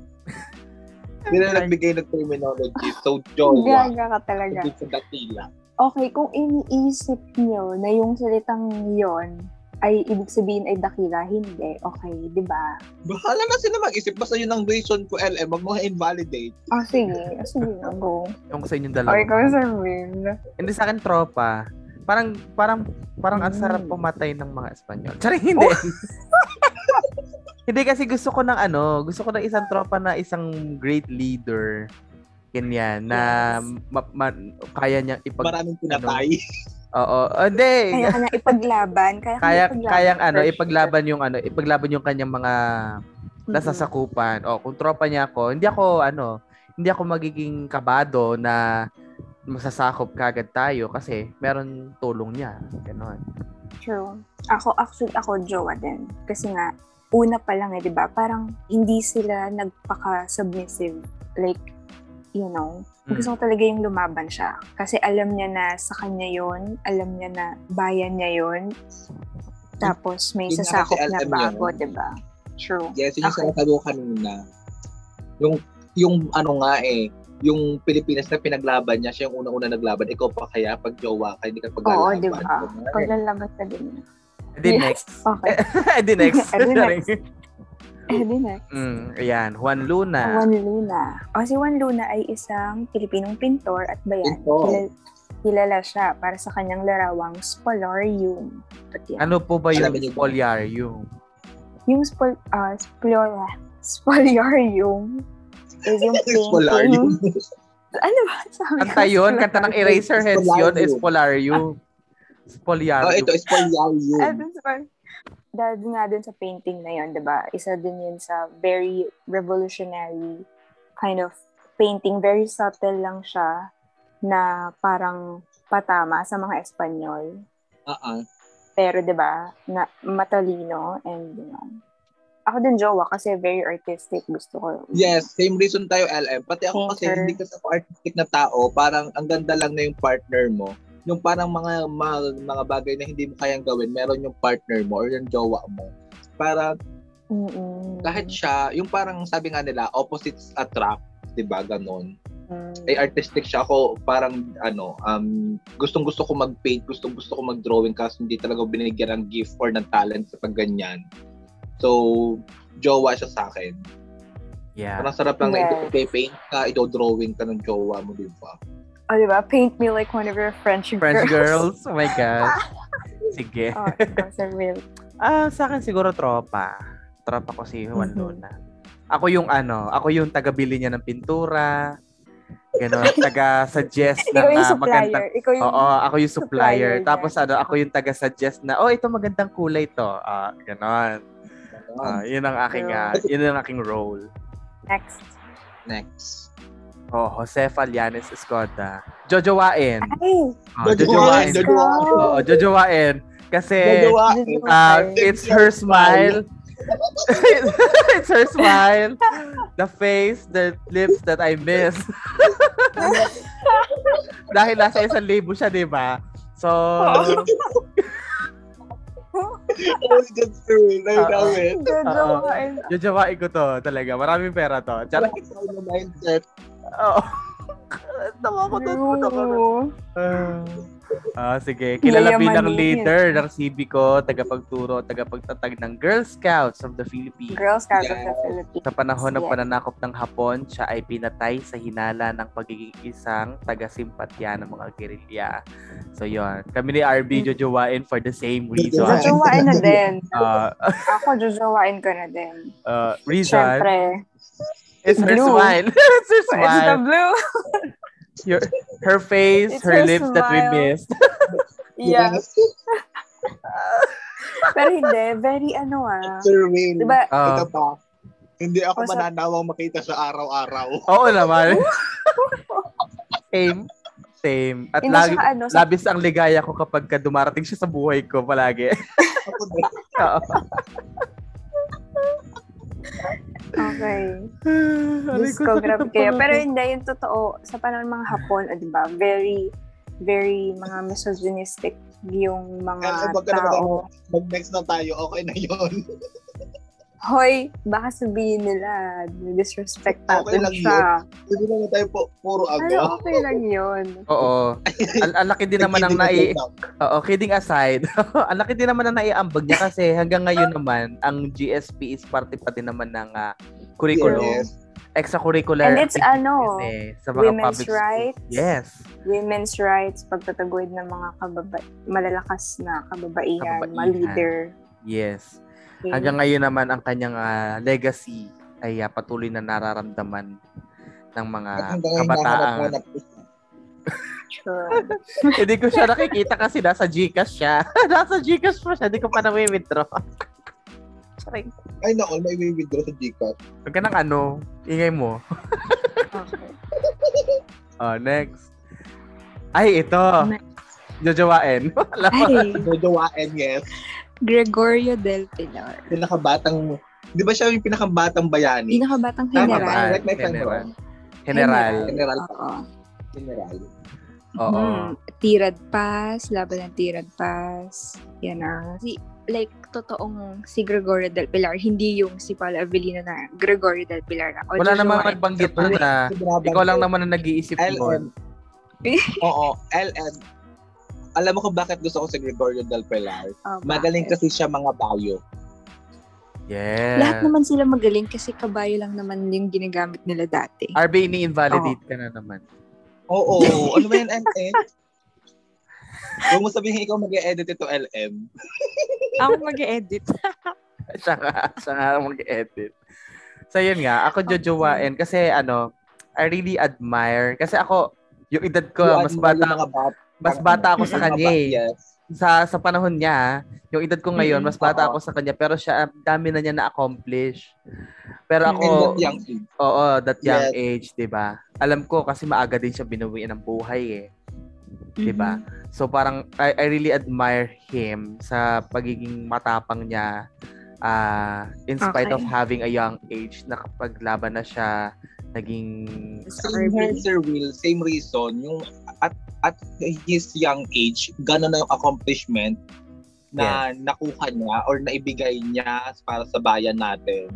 [SPEAKER 3] Hindi na nagbigay ng terminology. So,
[SPEAKER 1] Oh,
[SPEAKER 3] jowa.
[SPEAKER 2] Gaga ka talaga.
[SPEAKER 3] Hindi sa dakila.
[SPEAKER 2] Okay, kung iniisip niyo na yung salitang yon ay ibig sabihin ay dakila, hindi. Okay, di ba?
[SPEAKER 3] Bahala na sila mag-isip. Basta yun ang reason ko, LM. Huwag mo invalidate.
[SPEAKER 2] Oh, sige. Oh, sige na, go.
[SPEAKER 1] Yung sa inyong
[SPEAKER 2] Okay,
[SPEAKER 1] dalawa.
[SPEAKER 2] kung sa real.
[SPEAKER 1] Hindi sa akin tropa. Parang parang parang ang
[SPEAKER 2] Mm. Oh.
[SPEAKER 1] sarap pumatay ng mga Espanyol. Tsari hindi. hindi kasi gusto ko ng ano, gusto ko ng isang tropa na isang great leader. Ganyan na
[SPEAKER 2] Yes.
[SPEAKER 1] ma- ma- kaya niyang ipag
[SPEAKER 3] Maraming pinatay.
[SPEAKER 1] Oo, oh, hindi.
[SPEAKER 2] Kaya ka na ipaglaban. Kaya ka na
[SPEAKER 1] Kaya
[SPEAKER 2] ipaglaban.
[SPEAKER 1] kayang ano,
[SPEAKER 2] for sure.
[SPEAKER 1] ipaglaban yung ano, ipaglaban yung kanyang mga
[SPEAKER 2] Mm-mm.
[SPEAKER 1] nasasakupan. O, kung tropa niya ako, hindi ako, ano, hindi ako magiging kabado na masasakop kagad tayo kasi meron tulong niya. Ganon.
[SPEAKER 2] True. Ako, actually, ako jowa din. Kasi nga, una pa lang eh, di ba? Parang hindi sila nagpaka-submissive. Like, you know,
[SPEAKER 1] Mm.
[SPEAKER 3] Hmm.
[SPEAKER 2] gusto ko talaga yung lumaban siya. Kasi alam niya na sa kanya yon alam niya na bayan niya yon Tapos may
[SPEAKER 3] Yun nga
[SPEAKER 2] sasakop
[SPEAKER 3] kasi
[SPEAKER 2] na
[SPEAKER 3] alam
[SPEAKER 2] bago,
[SPEAKER 3] yun.
[SPEAKER 2] di ba? True.
[SPEAKER 3] Yes, yun yung
[SPEAKER 2] Okay.
[SPEAKER 3] sinasabi ko kanina. Yung, yung ano nga eh, yung Pilipinas na pinaglaban niya, siya yung unang-una naglaban. Ikaw pa kaya pag jowa ka, hindi ka
[SPEAKER 2] Oo,
[SPEAKER 3] paglalaban.
[SPEAKER 2] di ba? Ah,
[SPEAKER 3] Ganun eh.
[SPEAKER 2] Paglalaban ka din. niya.
[SPEAKER 1] Edi
[SPEAKER 2] Yes.
[SPEAKER 1] next.
[SPEAKER 2] Okay.
[SPEAKER 1] Edi next.
[SPEAKER 2] Edi next.
[SPEAKER 1] Sorry.
[SPEAKER 2] Eh, di na.
[SPEAKER 3] Hmm.
[SPEAKER 1] mm, ayan. Juan Luna.
[SPEAKER 2] Juan Luna. O si Juan Luna ay isang Pilipinong pintor at bayani.
[SPEAKER 1] Oh.
[SPEAKER 3] Pintor.
[SPEAKER 2] Kilal- kilala siya para sa kanyang larawang Spolarium. Pati yan.
[SPEAKER 1] Ano po ba yung
[SPEAKER 3] Alam niyo ba?
[SPEAKER 1] poliarium?
[SPEAKER 2] Yung spol, ah, splor, Spolarium is yung
[SPEAKER 3] Spolarium.
[SPEAKER 2] painting. ano ba? Sabi
[SPEAKER 1] Kanta yun.
[SPEAKER 2] Spolarium.
[SPEAKER 1] Kanta ng Eraserheads yun. Is poliarium.
[SPEAKER 3] Oh,
[SPEAKER 1] Spoliarium.
[SPEAKER 3] ito, Spolyarium.
[SPEAKER 2] Ano, sorry. Dahil nga dun sa painting na yun, di ba? Isa din yun sa very revolutionary kind of painting. Very subtle lang siya na parang patama sa mga Espanyol.
[SPEAKER 3] Ah, ah.
[SPEAKER 2] Pero di ba, na matalino and you know. Ako din jowa kasi very artistic gusto ko.
[SPEAKER 3] Yes, same reason tayo, LM. Pati ako kasi,
[SPEAKER 2] Painter.
[SPEAKER 3] hindi kasi ako artistic na tao. Parang ang ganda lang na yung partner mo. Yung parang mga, mga, mga bagay na hindi mo kayang gawin, meron yung partner mo or yung jowa mo. Para
[SPEAKER 2] Mm-mm.
[SPEAKER 3] kahit siya, yung parang sabi nga nila, opposites attract, 'di ba? Ganon.
[SPEAKER 2] Mm.
[SPEAKER 3] Ay artistic siya ako, parang ano, um gustong gusto ko mag-paint, gustong gusto ko mag-drawing kasi hindi talaga ako binigyan ng gift or ng talent sa pagganyan. So, jowa siya sa akin.
[SPEAKER 1] Yeah.
[SPEAKER 3] Parang sarap lang
[SPEAKER 2] Yes.
[SPEAKER 3] na ito paint ka, ito drawing ka ng jowa mo, di ba?
[SPEAKER 2] O Oh, di ba, paint me like one of your French girls.
[SPEAKER 1] French girls. Oh my gosh. Sige.
[SPEAKER 2] oh, ikaw sa real.
[SPEAKER 1] Ah, sa akin siguro tropa. Tropa ko si Juan
[SPEAKER 2] Mhm.
[SPEAKER 1] Luna. Ako yung ano, ako yung taga-bili niya ng pintura. Ganon, taga-suggest
[SPEAKER 2] Ikaw
[SPEAKER 1] ng
[SPEAKER 2] yung
[SPEAKER 1] ah, magandang...
[SPEAKER 2] supplier. Ikaw yung...
[SPEAKER 1] Oo, ako yung supplier.
[SPEAKER 2] supplier niya.
[SPEAKER 1] Tapos ano, ako yung taga-suggest na, oh, ito magandang kulay to. Ah, ganon. Ah, yun ang aking, ah, yun ang aking role.
[SPEAKER 2] Next.
[SPEAKER 3] Next.
[SPEAKER 1] Oh, Jose Falianes Escoda. Jojowain.
[SPEAKER 2] Ay!
[SPEAKER 1] Oh, jojowain.
[SPEAKER 3] Jojowain,
[SPEAKER 2] Let's
[SPEAKER 3] Jojowain.
[SPEAKER 2] go!
[SPEAKER 1] Oo, jojowain. Kasi uh, it's her smile. it's her smile, the face, the lips that I miss. Dahil nasa isang libo siya, di ba? So,
[SPEAKER 3] oh my God, sir. I
[SPEAKER 2] Ah,
[SPEAKER 3] love it.
[SPEAKER 2] Gagawain.
[SPEAKER 1] jajawain ko to talaga. Maraming pera to.
[SPEAKER 2] ah.
[SPEAKER 1] Charot.
[SPEAKER 3] Like, sound of mindset.
[SPEAKER 1] Oo. Tawa ko to. tawa ko to.
[SPEAKER 2] True.
[SPEAKER 1] Ah, ah, sige. Kilala bilang
[SPEAKER 2] Yayamanin.
[SPEAKER 1] leader ng CB ko, tagapagturo, tagapagtatag ng Girl Scouts of the Philippines.
[SPEAKER 2] Girl Scouts of the
[SPEAKER 3] Yeah.
[SPEAKER 2] Philippines.
[SPEAKER 1] Sa panahon ng
[SPEAKER 2] Yeah.
[SPEAKER 1] pananakop ng Hapon, siya ay pinatay sa hinala ng pagiging isang taga-simpatya ng mga gerilya. So yon, kami ni
[SPEAKER 2] Mm.
[SPEAKER 1] RB jojowain for the same reason.
[SPEAKER 3] Jojo-
[SPEAKER 2] Jujuwain na din.
[SPEAKER 1] Uh,
[SPEAKER 2] Ako, jujuwain ko na din.
[SPEAKER 1] uh, reason,
[SPEAKER 2] Siyempre.
[SPEAKER 1] it's her
[SPEAKER 2] Blue.
[SPEAKER 1] smile. it's her
[SPEAKER 2] It's the
[SPEAKER 1] smile.
[SPEAKER 2] blue.
[SPEAKER 1] Your, her face,
[SPEAKER 2] It's
[SPEAKER 1] her
[SPEAKER 2] her
[SPEAKER 1] lips that we
[SPEAKER 2] smile.
[SPEAKER 1] missed.
[SPEAKER 2] Yeah. Pero hindi. Very ano ah.
[SPEAKER 3] Sir Wayne.
[SPEAKER 2] Diba,
[SPEAKER 1] Uh,
[SPEAKER 3] Ito pa. Hindi ako
[SPEAKER 2] What's up?
[SPEAKER 3] mananawang makita sa araw-araw.
[SPEAKER 1] oo naman. same. Same. At
[SPEAKER 2] hindi
[SPEAKER 1] lagi,
[SPEAKER 2] siya ano. Sa,
[SPEAKER 1] labis ang ligaya ko kapag ka dumarating siya sa buhay ko palagi.
[SPEAKER 3] Ako din.
[SPEAKER 1] Oo.
[SPEAKER 2] okay.
[SPEAKER 1] Aray
[SPEAKER 2] Diyos
[SPEAKER 1] ko,
[SPEAKER 2] ko,
[SPEAKER 1] sakit
[SPEAKER 2] grabe
[SPEAKER 1] ang
[SPEAKER 2] kayo.
[SPEAKER 1] pala
[SPEAKER 2] Pero
[SPEAKER 1] ko.
[SPEAKER 2] hindi, yung totoo, sa panahon ng mga Hapon, o diba, very, very mga misogynistic yung
[SPEAKER 3] Alam
[SPEAKER 2] mga
[SPEAKER 3] mo, ganun ako.
[SPEAKER 2] tao.
[SPEAKER 3] Mag-next na tayo. Okay na yun.
[SPEAKER 2] Hoy, baka sabihin nila, disrespect
[SPEAKER 3] Okay
[SPEAKER 2] natin
[SPEAKER 3] lang
[SPEAKER 2] siya.
[SPEAKER 3] Hindi naman tayo po, puro
[SPEAKER 2] Ano,
[SPEAKER 3] agaw.
[SPEAKER 2] okay lang yun.
[SPEAKER 1] Oo. Al- ang laki din naman ang nai... Oo, kidding aside. ang laki din naman ang naiambag niya kasi hanggang ngayon naman, ang GSP is parte pa din naman ng ah, curriculum.
[SPEAKER 3] Yes.
[SPEAKER 1] Extracurricular.
[SPEAKER 2] And it's
[SPEAKER 1] activities
[SPEAKER 2] ano,
[SPEAKER 1] eh, sa mga
[SPEAKER 2] women's
[SPEAKER 1] public schools.
[SPEAKER 2] rights.
[SPEAKER 1] Yes.
[SPEAKER 2] women's rights, pagtataguyod ng mga kababa- malalakas na kababaihan,
[SPEAKER 1] Kababaihan.
[SPEAKER 2] mga leader.
[SPEAKER 1] Yes.
[SPEAKER 2] Okay.
[SPEAKER 1] Hanggang ngayon naman ang kanyang ah, legacy ay ah, patuloy na nararamdaman ng mga
[SPEAKER 3] At hanggang
[SPEAKER 1] ah,
[SPEAKER 3] ngayon,
[SPEAKER 1] kabataan.
[SPEAKER 3] nakahanap-hanap ko siya.
[SPEAKER 2] True.
[SPEAKER 1] Hindi ko siya nakikita kasi nasa Gcash siya. nasa Gcash pa siya. Hindi ko pa na-withdraw. Sorry.
[SPEAKER 3] Ay, nako, may withdraw sa Gcash.
[SPEAKER 1] Huwag ka ng ano, ingay mo.
[SPEAKER 2] Okay.
[SPEAKER 1] Oh, next. Ay, ito. Jojowain. Wala pa.
[SPEAKER 2] Ay,
[SPEAKER 3] Jojowain, yes.
[SPEAKER 2] Gregorio del Pilar.
[SPEAKER 3] Pinakabatang, di ba siya yung pinakabatang bayani?
[SPEAKER 2] Pinakabatang
[SPEAKER 1] ba?
[SPEAKER 3] Tama
[SPEAKER 2] general.
[SPEAKER 3] Correct my friend
[SPEAKER 1] General.
[SPEAKER 3] wrong.
[SPEAKER 1] General.
[SPEAKER 3] General.
[SPEAKER 2] Oo.
[SPEAKER 3] General.
[SPEAKER 1] Oo.
[SPEAKER 2] Hmm. Tirad pass, laban ng tirad pass. Yan ang... Si, like, totoong si Gregorio del Pilar, hindi yung si Paolo Avellino na Gregorio del Pilar na.
[SPEAKER 1] Wala namang
[SPEAKER 2] Jojoa.
[SPEAKER 1] nagbanggit nun na. Ah, Ikaw lang naman ang nag-iisip
[SPEAKER 3] LM.
[SPEAKER 1] nun.
[SPEAKER 3] Oo, LM. Alam mo kung bakit gusto ko si Gregorio Del Pilar?
[SPEAKER 2] Oh, bakit?
[SPEAKER 3] Magaling kasi siya mga bayo.
[SPEAKER 1] Yeah.
[SPEAKER 2] Lahat naman sila magaling kasi kabayo lang naman yung ginagamit nila dati.
[SPEAKER 1] RB, ini-invalidate ka na naman.
[SPEAKER 3] Oo, ano ba yan, LM? Huwag mo sabihin ikaw mag-e-edit ito, LM.
[SPEAKER 2] Ako mag-edit.
[SPEAKER 1] siya nga, siya nga ang mag-edit. So, yun nga. Ako jojowain kasi ano, I really admire. Kasi ako, yung edad ko,
[SPEAKER 3] Yung
[SPEAKER 1] mas
[SPEAKER 3] ano,
[SPEAKER 1] bata,
[SPEAKER 3] yung mga bata.
[SPEAKER 1] mas bata ako sa
[SPEAKER 3] Yung mga
[SPEAKER 1] kanya eh.
[SPEAKER 3] ba- Yes.
[SPEAKER 1] sa sa panahon niya, yung edad ko ngayon,
[SPEAKER 2] Mm,
[SPEAKER 1] mas bata
[SPEAKER 3] oo.
[SPEAKER 1] ako sa kanya, pero siya, ang dami na niya na-accomplish. Pero ako,
[SPEAKER 3] And that young age.
[SPEAKER 1] oo, that young
[SPEAKER 3] Yes.
[SPEAKER 1] age, di ba? Alam ko, kasi maaga din siya binuwian ng buhay eh. Di ba? So parang, I, I really admire him sa pagiging matapang niya ah, in spite
[SPEAKER 2] Okay.
[SPEAKER 1] of having a young age, nakapaglaban na siya, naging,
[SPEAKER 3] Same here, Sir Will. Same reason. Yung at at his young age, ganun na yung accomplishment na nakuha niya or naibigay niya para sa bayan natin.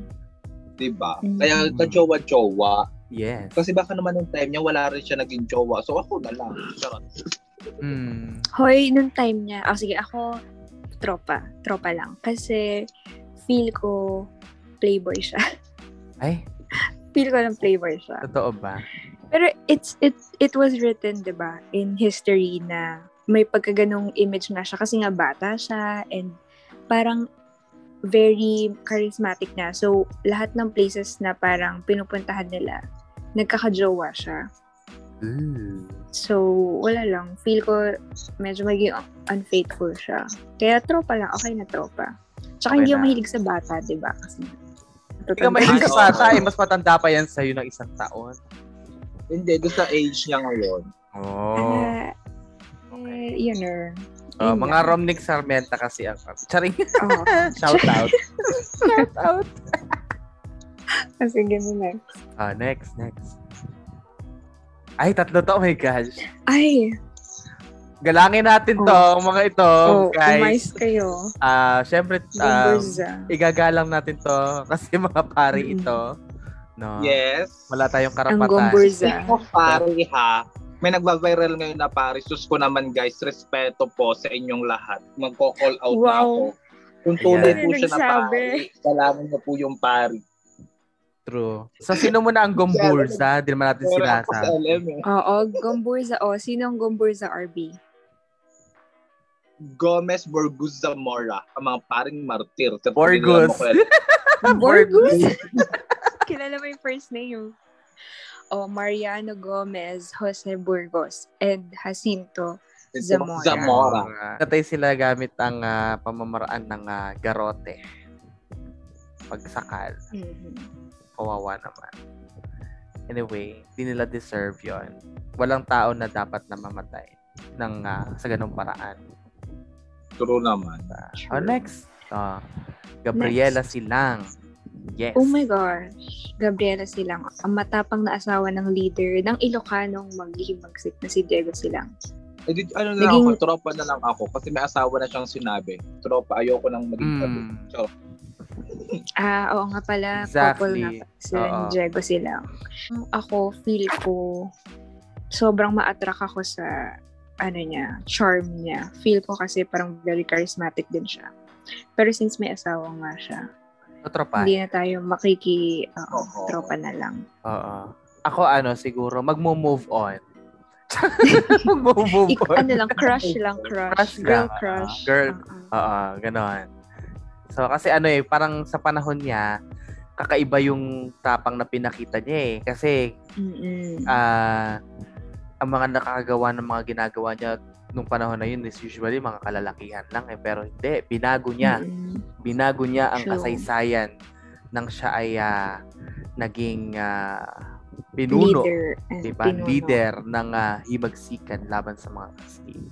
[SPEAKER 3] 'Di ba?
[SPEAKER 2] Mm.
[SPEAKER 3] Kaya
[SPEAKER 1] Mm-hmm.
[SPEAKER 3] kajowa-jowa.
[SPEAKER 1] yes.
[SPEAKER 3] Kasi baka naman nung time niya, wala rin siya naging jowa. So ako na lang. Charot.
[SPEAKER 1] Mm.
[SPEAKER 4] Hoy, nung time niya, ah, sige, ako, tropa. Tropa lang. Kasi, feel ko, playboy siya.
[SPEAKER 1] Ay,
[SPEAKER 4] feel ko lang playboy siya.
[SPEAKER 1] totoo ba?
[SPEAKER 4] Pero, it's, it, it was written, di ba, in history na may pagkaganong image na siya kasi nga bata siya and parang very charismatic na. So, lahat ng places na parang pinupuntahan nila, nagkakajowa siya.
[SPEAKER 1] Ooh.
[SPEAKER 4] So, wala lang. Feel ko medyo maging unfaithful siya. Kaya tropa lang. Okay na tropa. Tsaka
[SPEAKER 1] Okay
[SPEAKER 4] hindi
[SPEAKER 1] na.
[SPEAKER 4] ako mahilig sa bata, di ba? Kasi
[SPEAKER 1] Hindi ka mahilig sa bata, eh, mas matanda pa yan sa'yo ng isang taon.
[SPEAKER 3] Hindi, doon sa age niya ngayon.
[SPEAKER 1] Oh.
[SPEAKER 4] Ah, eh, yun er.
[SPEAKER 1] Oh,
[SPEAKER 2] Ayun
[SPEAKER 1] mga
[SPEAKER 2] nga.
[SPEAKER 1] Romnick Sarmenta kasi ang Charing.
[SPEAKER 5] Oo.
[SPEAKER 4] Oh,
[SPEAKER 1] Shout out. Shout out.
[SPEAKER 5] Kasi ganun na.
[SPEAKER 1] Ah, next, next. Ay, tatlo to. Oh my gosh.
[SPEAKER 2] Ay,
[SPEAKER 1] Galangin natin to, mga ito,
[SPEAKER 2] oh,
[SPEAKER 1] guys.
[SPEAKER 2] umayos kayo.
[SPEAKER 1] Ah, syempre, um,
[SPEAKER 2] Bumburza.
[SPEAKER 1] igagalang natin to kasi mga pari
[SPEAKER 2] Mm-mm.
[SPEAKER 1] ito. No.
[SPEAKER 3] Yes.
[SPEAKER 1] Ah. Wala tayong
[SPEAKER 2] ang
[SPEAKER 1] karapatan.
[SPEAKER 2] gomburza.
[SPEAKER 3] Oh, pari ha. May nagba-viral ngayon na pari. Sus ko naman guys, respeto po sa inyong lahat. Magko-call out na
[SPEAKER 2] Wow.
[SPEAKER 3] ako. Kung tunay
[SPEAKER 1] Ayan.
[SPEAKER 3] po siya na
[SPEAKER 2] Nagsabi.
[SPEAKER 3] pari, salamin niyo po yung pari.
[SPEAKER 1] True. So, sino muna ang gombursa? Di naman natin
[SPEAKER 3] Pero ako sa
[SPEAKER 1] sinasa.
[SPEAKER 3] LM eh.
[SPEAKER 2] Oo, gomburza. O, sino ang gomburza, RB?
[SPEAKER 3] Gomez Borgus Zamora, ang mga paring martir. Sa
[SPEAKER 1] Borgus.
[SPEAKER 3] pinagdala mo ko yan.
[SPEAKER 2] Borgus? Kilala mo yung first name. O, Mariano Gomez, Jose Burgos, and Jacinto. Zamora.
[SPEAKER 3] Zamora.
[SPEAKER 1] Katay ah, sila gamit ang ah, pamamaraan ng ah, garote. Pagsakal. Mm-hmm.
[SPEAKER 2] Mhm.
[SPEAKER 1] Kawawa naman. Anyway, di nila deserve yon. Walang tao na dapat na mamatay ng, ah, sa ganong paraan.
[SPEAKER 3] True naman.
[SPEAKER 1] Oh, next. Ah, Gabriela Silang. Yes.
[SPEAKER 2] Oh my gosh. Gabriela Silang, ang matapang na asawa ng leader ng Ilocanong maghihimagsik na si Diego Silang.
[SPEAKER 3] Eh, di, ano na lang
[SPEAKER 2] Naging-
[SPEAKER 3] ako, tropa na lang ako. Kasi may asawa na siyang sinabi. Tropa, ayoko nang maging tabi.
[SPEAKER 1] Mm.
[SPEAKER 3] So,
[SPEAKER 2] Ah, oo nga pala. Couple
[SPEAKER 1] Exactly.
[SPEAKER 2] na pala sila ni
[SPEAKER 1] Oo.
[SPEAKER 2] Diego sila. Ako, feel ko, sobrang ma-attract ako sa, ano niya, charm niya. Feel ko kasi parang very charismatic din siya. Pero since may asawa nga siya,
[SPEAKER 1] Tropa.
[SPEAKER 2] hindi na tayo makiki, oo,
[SPEAKER 3] Oo.
[SPEAKER 2] tropa na lang.
[SPEAKER 1] Oo. Ako ano, siguro, magmo-move on. magmo-move
[SPEAKER 2] Ik,
[SPEAKER 1] on.
[SPEAKER 2] ano lang, crush lang, crush.
[SPEAKER 1] Crush
[SPEAKER 2] girl
[SPEAKER 1] lang, ah,
[SPEAKER 2] crush.
[SPEAKER 1] girl.
[SPEAKER 2] Oo.
[SPEAKER 1] Oo, ganon. So, kasi ano eh, parang sa panahon niya, kakaiba yung tapang na pinakita niya eh. Kasi,
[SPEAKER 2] Mm-mm.
[SPEAKER 1] ah, ang mga nakagawa ng mga ginagawa niya nung panahon na yun is usually mga kalalakihan lang eh. Pero hindi, binago niya.
[SPEAKER 2] Mm-mm.
[SPEAKER 1] Binago niya ang
[SPEAKER 2] Mm-hmm. True.
[SPEAKER 1] kasaysayan nang siya ay ah, naging ah, pinuno.
[SPEAKER 2] Leader. and
[SPEAKER 1] diba?
[SPEAKER 2] pinuno.
[SPEAKER 1] Leader ng ah, himagsikan laban sa mga Kastila.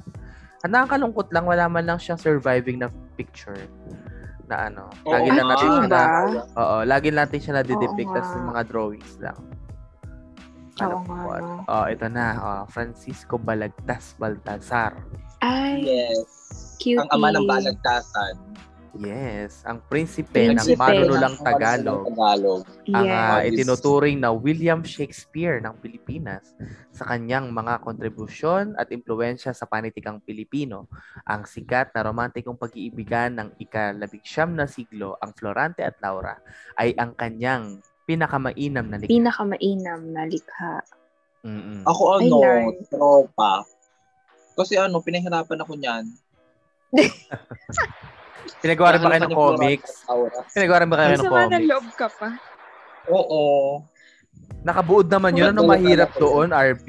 [SPEAKER 1] Ang nakakalungkot lang, wala man lang siyang surviving na picture na ano. Lagi
[SPEAKER 3] oo
[SPEAKER 1] lang
[SPEAKER 2] Ah,
[SPEAKER 3] nga.
[SPEAKER 1] natin siya na,
[SPEAKER 2] ba?
[SPEAKER 1] oo, lagi natin siya na didepict
[SPEAKER 2] diba? Oo
[SPEAKER 1] as
[SPEAKER 2] nga.
[SPEAKER 1] yung mga drawings lang.
[SPEAKER 2] Oo nga,
[SPEAKER 1] Kalungkot.
[SPEAKER 2] no?
[SPEAKER 1] Oh, ito na. Oh, Francisco Balagtas Baltazar.
[SPEAKER 2] Ay,
[SPEAKER 3] Yes.
[SPEAKER 2] Cutie.
[SPEAKER 3] Ang ama ng balagtasan.
[SPEAKER 1] Yes, ang prinsipe, ng
[SPEAKER 2] Prinsipe.
[SPEAKER 1] manunulang
[SPEAKER 3] Ang
[SPEAKER 1] Tagalog.
[SPEAKER 3] manunulang Tagalog.
[SPEAKER 1] ang ah,
[SPEAKER 2] yeah.
[SPEAKER 3] Yes.
[SPEAKER 1] itinuturing na William Shakespeare ng Pilipinas sa kanyang mga kontribusyon at impluensya sa panitikang Pilipino. Ang sikat na romantikong pag-iibigan ng ikalabigsyam na siglo, ang Florante at Laura, ay ang kanyang pinakamainam na likha.
[SPEAKER 2] pinakamainam na likha.
[SPEAKER 1] Mm-mm.
[SPEAKER 3] Ako
[SPEAKER 2] Ay,
[SPEAKER 3] ano,
[SPEAKER 2] Lord.
[SPEAKER 3] tropa. Kasi ano, pinahirapan ako niyan.
[SPEAKER 1] Pinagawa rin ba kayo
[SPEAKER 3] Nahanapan
[SPEAKER 1] ng
[SPEAKER 3] yung
[SPEAKER 1] comics?
[SPEAKER 3] Florence at Laura.
[SPEAKER 1] Pinagawa rin ba kayo ng
[SPEAKER 2] Masama ng
[SPEAKER 1] comics?
[SPEAKER 2] loob ka pa.
[SPEAKER 3] Oo.
[SPEAKER 1] Nakabuod naman yun. Ano
[SPEAKER 3] Nagdala
[SPEAKER 1] mahirap
[SPEAKER 3] talaga.
[SPEAKER 1] doon, RB?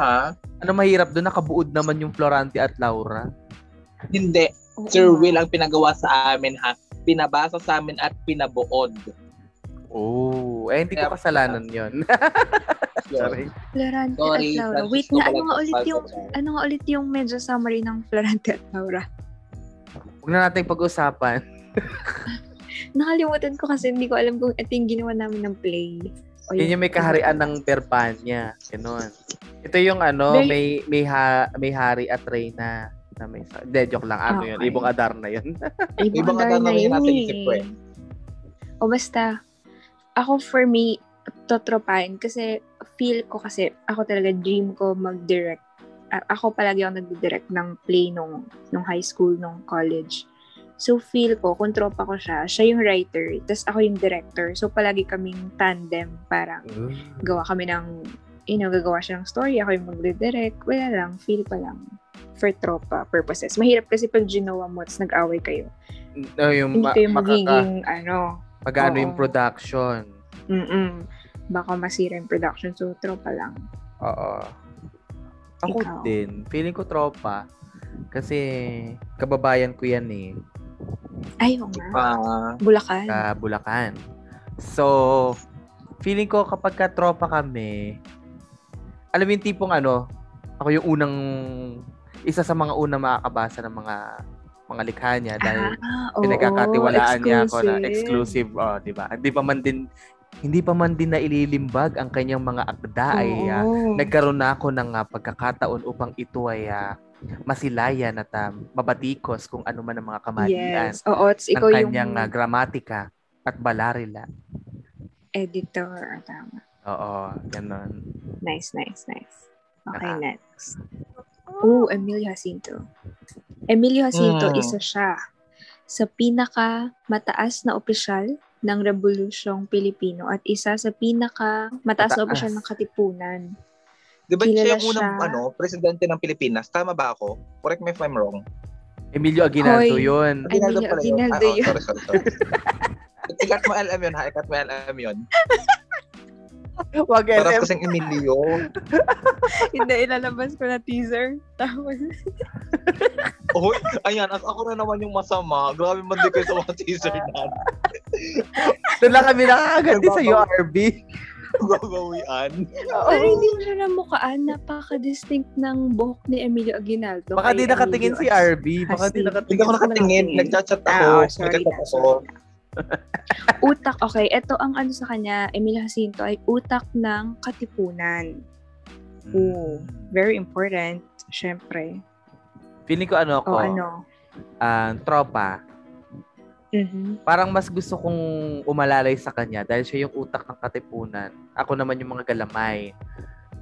[SPEAKER 3] Ha?
[SPEAKER 1] Ano mahirap doon? Nakabuod naman yung Florante at Laura.
[SPEAKER 3] Hindi.
[SPEAKER 2] Oo.
[SPEAKER 3] Sir Will ang pinagawa sa amin ha. Pinabasa sa amin at pinabuod.
[SPEAKER 1] Oh, eh hindi ko
[SPEAKER 3] Kaya-
[SPEAKER 1] kasalanan yun. Sorry.
[SPEAKER 2] Florante at
[SPEAKER 3] Sorry,
[SPEAKER 2] Laura.
[SPEAKER 3] Francisco
[SPEAKER 2] Wait na, ano nga
[SPEAKER 3] Balagtas
[SPEAKER 2] ulit yung
[SPEAKER 3] Baltazar.
[SPEAKER 2] ano nga ulit yung medyo summary ng Florante at Laura?
[SPEAKER 1] Huwag na natin pag-usapan.
[SPEAKER 2] Nakalimutan ko kasi hindi ko alam kung ito yung ginawa namin ng play. O
[SPEAKER 1] Yun yung may kaharian ng Verbania. Ganun. Ito yung ano, may may, ha, may hari at reyna na may sa- De, joke lang. Ano yun?
[SPEAKER 2] Okay.
[SPEAKER 1] Ibong Adar na yun.
[SPEAKER 2] Ibang
[SPEAKER 3] Ibang
[SPEAKER 2] Ibang
[SPEAKER 3] ang
[SPEAKER 2] na
[SPEAKER 3] dami
[SPEAKER 2] yun
[SPEAKER 3] natin
[SPEAKER 2] eh.
[SPEAKER 3] isip ko eh.
[SPEAKER 2] O basta, ako for me, totropain kasi feel ko kasi ako talaga dream ko mag-direct. A- ako palagi ako nag-direct ng play nung, nung high school, nung college. So feel ko, kung tropa ko siya, siya yung writer, tapos ako yung director. So palagi kaming tandem, parang gawa kami ng, you know, gagawa siya ng story, ako yung magre-direct. Wala lang, feel ko lang for tropa purposes. Mahirap kasi pag ginawa mo, tapos nag-away kayo.
[SPEAKER 1] No, yung
[SPEAKER 2] Hindi
[SPEAKER 1] ma-
[SPEAKER 2] kayo
[SPEAKER 1] makaka,
[SPEAKER 2] magiging, ano,
[SPEAKER 1] pag-ano
[SPEAKER 2] Oo.
[SPEAKER 1] yung production.
[SPEAKER 2] Mm-mm. Baka masira yung production. So, tropa lang.
[SPEAKER 1] Oo. Ako
[SPEAKER 2] Ikaw.
[SPEAKER 1] din. Feeling ko tropa. Kasi kababayan ko yan eh.
[SPEAKER 2] Ay, oo nga.
[SPEAKER 3] Ah,
[SPEAKER 2] Bulacan.
[SPEAKER 1] sa Bulacan. So, feeling ko kapag ka tropa kami, alam mo yung tipong ano, ako yung unang isa sa mga una makakabasa ng mga mga likha niya dahil
[SPEAKER 2] ah, oo,
[SPEAKER 1] pinagkakatiwalaan niya ako na
[SPEAKER 2] exclusive.
[SPEAKER 1] exclusive, oh, di ba? Hindi pa man din hindi pa man din naililimbag ang kanyang mga akda ay ah,
[SPEAKER 2] Oo.
[SPEAKER 1] nagkaroon na ako ng ah, pagkakataon upang ito ay ah, masilayan at ah, mabatikos kung ano man ang mga kamalian
[SPEAKER 2] Yes. Oo, it's
[SPEAKER 1] ng
[SPEAKER 2] ikaw yung
[SPEAKER 1] kanyang ah, gramatika at balarila.
[SPEAKER 2] editor. Ah, Tama.
[SPEAKER 1] Oo, ganun.
[SPEAKER 2] Nice, nice, nice. Okay,
[SPEAKER 1] Ah.
[SPEAKER 2] next. Oh, Emilio Jacinto. Emilio Jacinto,
[SPEAKER 3] Mm.
[SPEAKER 2] isa siya sa pinaka mataas na opisyal ng Revolusyong Pilipino at isa sa pinaka mataas
[SPEAKER 1] Mataas.
[SPEAKER 2] na opisyal ng Katipunan.
[SPEAKER 3] Di ba siya
[SPEAKER 2] Kilala
[SPEAKER 3] yung unang
[SPEAKER 2] siya.
[SPEAKER 3] ano, presidente ng Pilipinas? Tama ba ako? Correct me if I'm wrong.
[SPEAKER 1] Emilio Aguinaldo
[SPEAKER 2] Hoy.
[SPEAKER 1] yun.
[SPEAKER 2] Ay,
[SPEAKER 3] Aguinaldo
[SPEAKER 2] Emilio
[SPEAKER 3] pala yun.
[SPEAKER 2] Aguinaldo
[SPEAKER 3] Ah, oh,
[SPEAKER 2] yun.
[SPEAKER 3] sorry, sorry, sorry. Ikat mo alam yun ha, ikat mo alam yun.
[SPEAKER 1] Wag
[SPEAKER 3] Parang
[SPEAKER 1] LM.
[SPEAKER 3] kasing Emilio.
[SPEAKER 2] Hindi, ilalabas ko na teaser. Tapos,
[SPEAKER 3] Uy, ayan, at ako na naman yung masama. Grabe man di kayo sa mga teaser na.
[SPEAKER 1] Doon lang kami nakakagandi sa URB.
[SPEAKER 3] Gagawian.
[SPEAKER 2] pero hindi mo siya namukaan. Napaka-distinct ng buhok ni Emilio Aguinaldo.
[SPEAKER 1] Baka
[SPEAKER 2] kay
[SPEAKER 1] di nakatingin si
[SPEAKER 2] Emilio
[SPEAKER 1] RB. Baka di
[SPEAKER 2] Jacinto.
[SPEAKER 1] nakatingin.
[SPEAKER 3] Hindi ako nakatingin. Nagchat-chat ako.
[SPEAKER 2] Ah, oh, sorry,
[SPEAKER 3] Nagchat-chat
[SPEAKER 2] that's
[SPEAKER 3] ako.
[SPEAKER 2] utak, okay, ito ang ano sa kanya, Emilio Jacinto, ay utak ng katipunan.
[SPEAKER 1] Hmm.
[SPEAKER 2] Oo. Very important, syempre.
[SPEAKER 1] Feeling ko ano
[SPEAKER 2] O
[SPEAKER 1] ko,
[SPEAKER 2] ano.
[SPEAKER 1] ah, tropa.
[SPEAKER 2] Mhm.
[SPEAKER 1] Parang mas gusto kong umalalay sa kanya dahil siya yung utak ng katipunan. Ako naman yung mga galamay.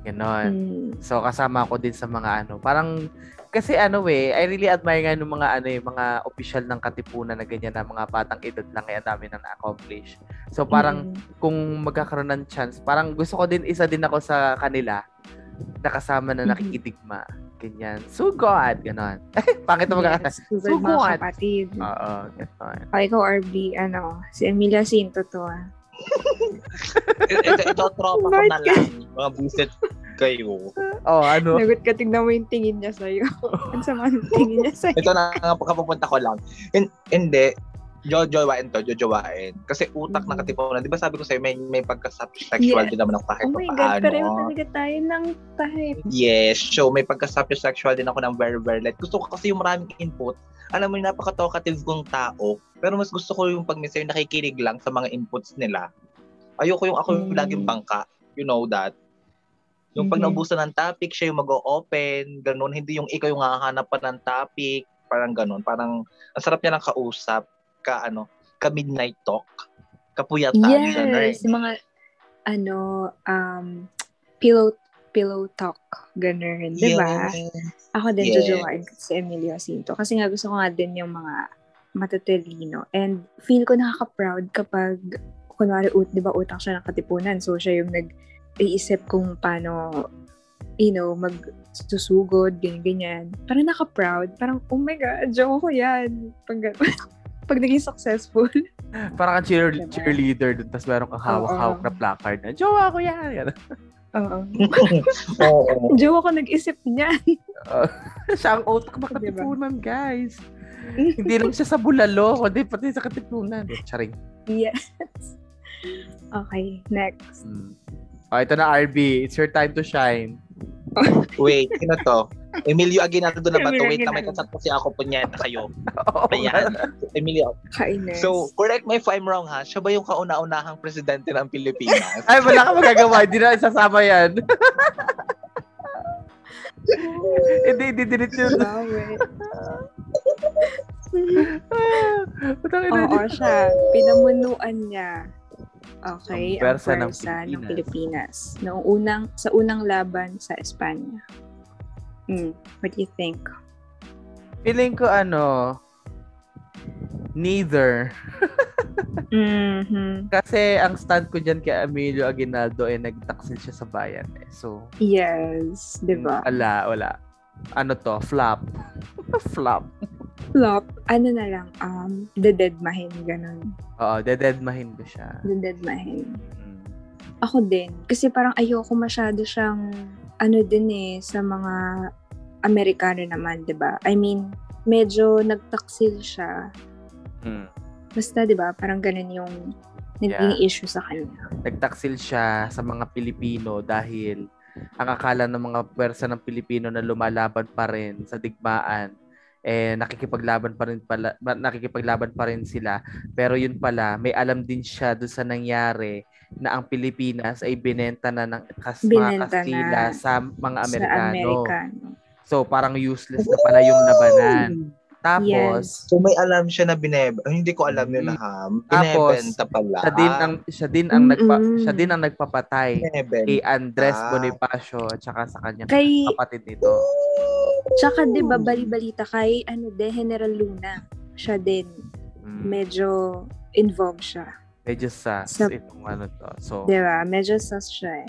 [SPEAKER 1] Ganon.
[SPEAKER 2] Mm.
[SPEAKER 1] So kasama ko din sa mga ano, parang kasi ano eh, I really admire nga nung mga ano eh, mga official ng katipunan na ganyan na mga batang edad lang kaya dami nang accomplish. So parang
[SPEAKER 2] Mm.
[SPEAKER 1] kung magkakaroon ng chance, parang gusto ko din isa din ako sa kanila nakasama na
[SPEAKER 2] Mhm.
[SPEAKER 1] nakikidigma. Ganyan. So God, ganon. Pangit na magkakasama.
[SPEAKER 2] Yes, Google mga
[SPEAKER 1] Subukan.
[SPEAKER 2] kapatid.
[SPEAKER 1] Oo, ganon.
[SPEAKER 2] O, ikaw, RB, ano, si Emilio Jacinto to, ah.
[SPEAKER 3] Ito, ito, E, ito tropa ko na lang. Mga buset kayo.
[SPEAKER 1] Oh, ano?
[SPEAKER 2] Nagot ka, tignan mo yung tingin niya sa'yo. Ang sama ng tingin niya sa'yo.
[SPEAKER 3] Ito na nga pagkapapunta ko lang. Hin- Hindi. Jojowain to, jojowain. Kasi utak na
[SPEAKER 2] Mhm.
[SPEAKER 3] katipunan. Di ba sabi ko sa'yo, may, may pagka-sexual
[SPEAKER 2] Yes.
[SPEAKER 3] din naman ako kahit
[SPEAKER 2] Oh
[SPEAKER 3] pa
[SPEAKER 2] my God,
[SPEAKER 3] paano.
[SPEAKER 2] pareho talaga tayo ng type.
[SPEAKER 3] Yes, so may pagka-sapiosexual din ako ng very, very light. Gusto ko kasi yung maraming input. Alam mo yung napaka-talkative kong tao, pero mas gusto ko yung pag minsan yung nakikinig lang sa mga inputs nila. Ayoko yung ako
[SPEAKER 2] Mm.
[SPEAKER 3] yung laging bangka. You know that. Yung pag
[SPEAKER 2] Mhm.
[SPEAKER 3] naubusan ng topic, siya yung mag-o-open, ganun. Hindi yung ikaw yung hahanap pa ng topic, parang ganun. Parang, ang sarap niya ng kausap, ka ano, ka midnight talk, kapuyatan. ganun.
[SPEAKER 2] Yes, yung mga, ano, um, pillow, pillow talk, ganun, di ba?
[SPEAKER 3] Yes.
[SPEAKER 2] Ako din,
[SPEAKER 3] Yes.
[SPEAKER 2] jojowain ko si Emilio Jacinto. Kasi nga gusto ko nga din yung mga matatalino. And feel ko nakaka-proud kapag, kunwari, ut, di ba, utak siya ng katipunan. So, siya yung nag-iisip kung paano, you know, magsusugod, ganyan-ganyan. Parang naka-proud. Parang, oh my God, joke ko yan. Pag, pag naging successful.
[SPEAKER 1] Parang kang cheer,
[SPEAKER 2] Diba?
[SPEAKER 1] cheerleader dun, tapos meron kang hawak-hawak
[SPEAKER 2] Oo.
[SPEAKER 1] na placard na, jowa ko yan! Yan.
[SPEAKER 2] Oo.
[SPEAKER 3] Oo.
[SPEAKER 2] Jowa ko nag-isip niya.
[SPEAKER 1] siya ang utak ng
[SPEAKER 2] Diba?
[SPEAKER 1] katipunan, guys. Hindi lang siya sa bulalo, kundi pati sa katipunan. Charing.
[SPEAKER 2] yes. Okay, next.
[SPEAKER 1] Mm. Oh, ito na, RB. It's your time to shine.
[SPEAKER 3] Wait, sino to? Emilio Aguinaldo na ba to?
[SPEAKER 2] Emilio
[SPEAKER 3] Wait, tama, may
[SPEAKER 2] Aguinaldo.
[SPEAKER 3] kachat ko si ako punyeta kayo.
[SPEAKER 1] Oo.
[SPEAKER 3] Ayan, Emilio.
[SPEAKER 2] Kainis.
[SPEAKER 3] So, correct me if I'm wrong ha, siya ba yung kauna-unahang presidente ng Pilipinas?
[SPEAKER 1] Ay, wala ka magagawa. Hindi na sasama yan. Hindi, hindi, delete yun.
[SPEAKER 2] Wow, eh.
[SPEAKER 1] Putang ina,
[SPEAKER 2] Oo
[SPEAKER 1] hindi-
[SPEAKER 2] siya. Pinamunuan niya.
[SPEAKER 1] Ang
[SPEAKER 2] Okay, ang
[SPEAKER 1] pwersa
[SPEAKER 2] pwersa
[SPEAKER 1] ng
[SPEAKER 2] ng Pilipinas. Ng Pilipinas. Noong unang, sa unang laban sa Espanya. Hmm, what do you think?
[SPEAKER 1] Feeling ko, ano, neither.
[SPEAKER 2] Mm-hmm.
[SPEAKER 1] Kasi ang stand ko dyan kay Emilio Aguinaldo ay eh, nagtaksil siya sa bayan eh. So,
[SPEAKER 2] Yes, di
[SPEAKER 1] Mm,
[SPEAKER 2] ba?
[SPEAKER 1] wala, wala. Ano to? Flop. Flop.
[SPEAKER 2] Flop, ano na lang, um, dededmahin, ganun.
[SPEAKER 1] Oo, dededmahin ko siya.
[SPEAKER 2] Dededmahin.
[SPEAKER 1] Mm.
[SPEAKER 2] Ako din. Kasi parang ayoko masyado siyang, ano din eh, sa mga Amerikano naman, di ba? I mean, medyo nagtaksil siya.
[SPEAKER 1] Mm.
[SPEAKER 2] Basta, di ba, parang ganun yung naging issue sa kanya.
[SPEAKER 1] Nagtaksil siya sa mga Pilipino dahil ang akala ng mga pwersa ng Pilipino na lumalaban pa rin sa digmaan eh nakikipaglaban pa rin pala ba- nakikipaglaban pa rin sila pero yun pala may alam din siya doon sa nangyari na ang Pilipinas ay binenta na ng kas, mga
[SPEAKER 2] Binenta
[SPEAKER 1] Kastila
[SPEAKER 2] na
[SPEAKER 1] sa mga
[SPEAKER 2] Sa
[SPEAKER 1] Amerikano.
[SPEAKER 2] Amerikano.
[SPEAKER 1] So parang useless na pala yung labanan. Tapos
[SPEAKER 3] So may alam siya na bineb. Ay, hindi ko alam yun
[SPEAKER 1] Mm.
[SPEAKER 3] ha.
[SPEAKER 1] Tapos,
[SPEAKER 3] Binebenta pala.
[SPEAKER 1] siya din ang siya din ang nagpa,
[SPEAKER 2] Mm-mm.
[SPEAKER 1] siya din ang nagpapatay
[SPEAKER 3] Binebenta.
[SPEAKER 1] kay Andres
[SPEAKER 3] Ah.
[SPEAKER 1] Bonifacio at saka sa kanyang
[SPEAKER 2] Kay,
[SPEAKER 1] kapatid nito.
[SPEAKER 2] tsaka di
[SPEAKER 3] Hmm.
[SPEAKER 2] ba bali-balita kay, ano de, General Luna. Siya din.
[SPEAKER 1] Mm.
[SPEAKER 2] Medyo involved siya.
[SPEAKER 1] Medyo sa
[SPEAKER 2] Sa-
[SPEAKER 1] itong ano to. So
[SPEAKER 2] Di ba? Medyo sus siya eh.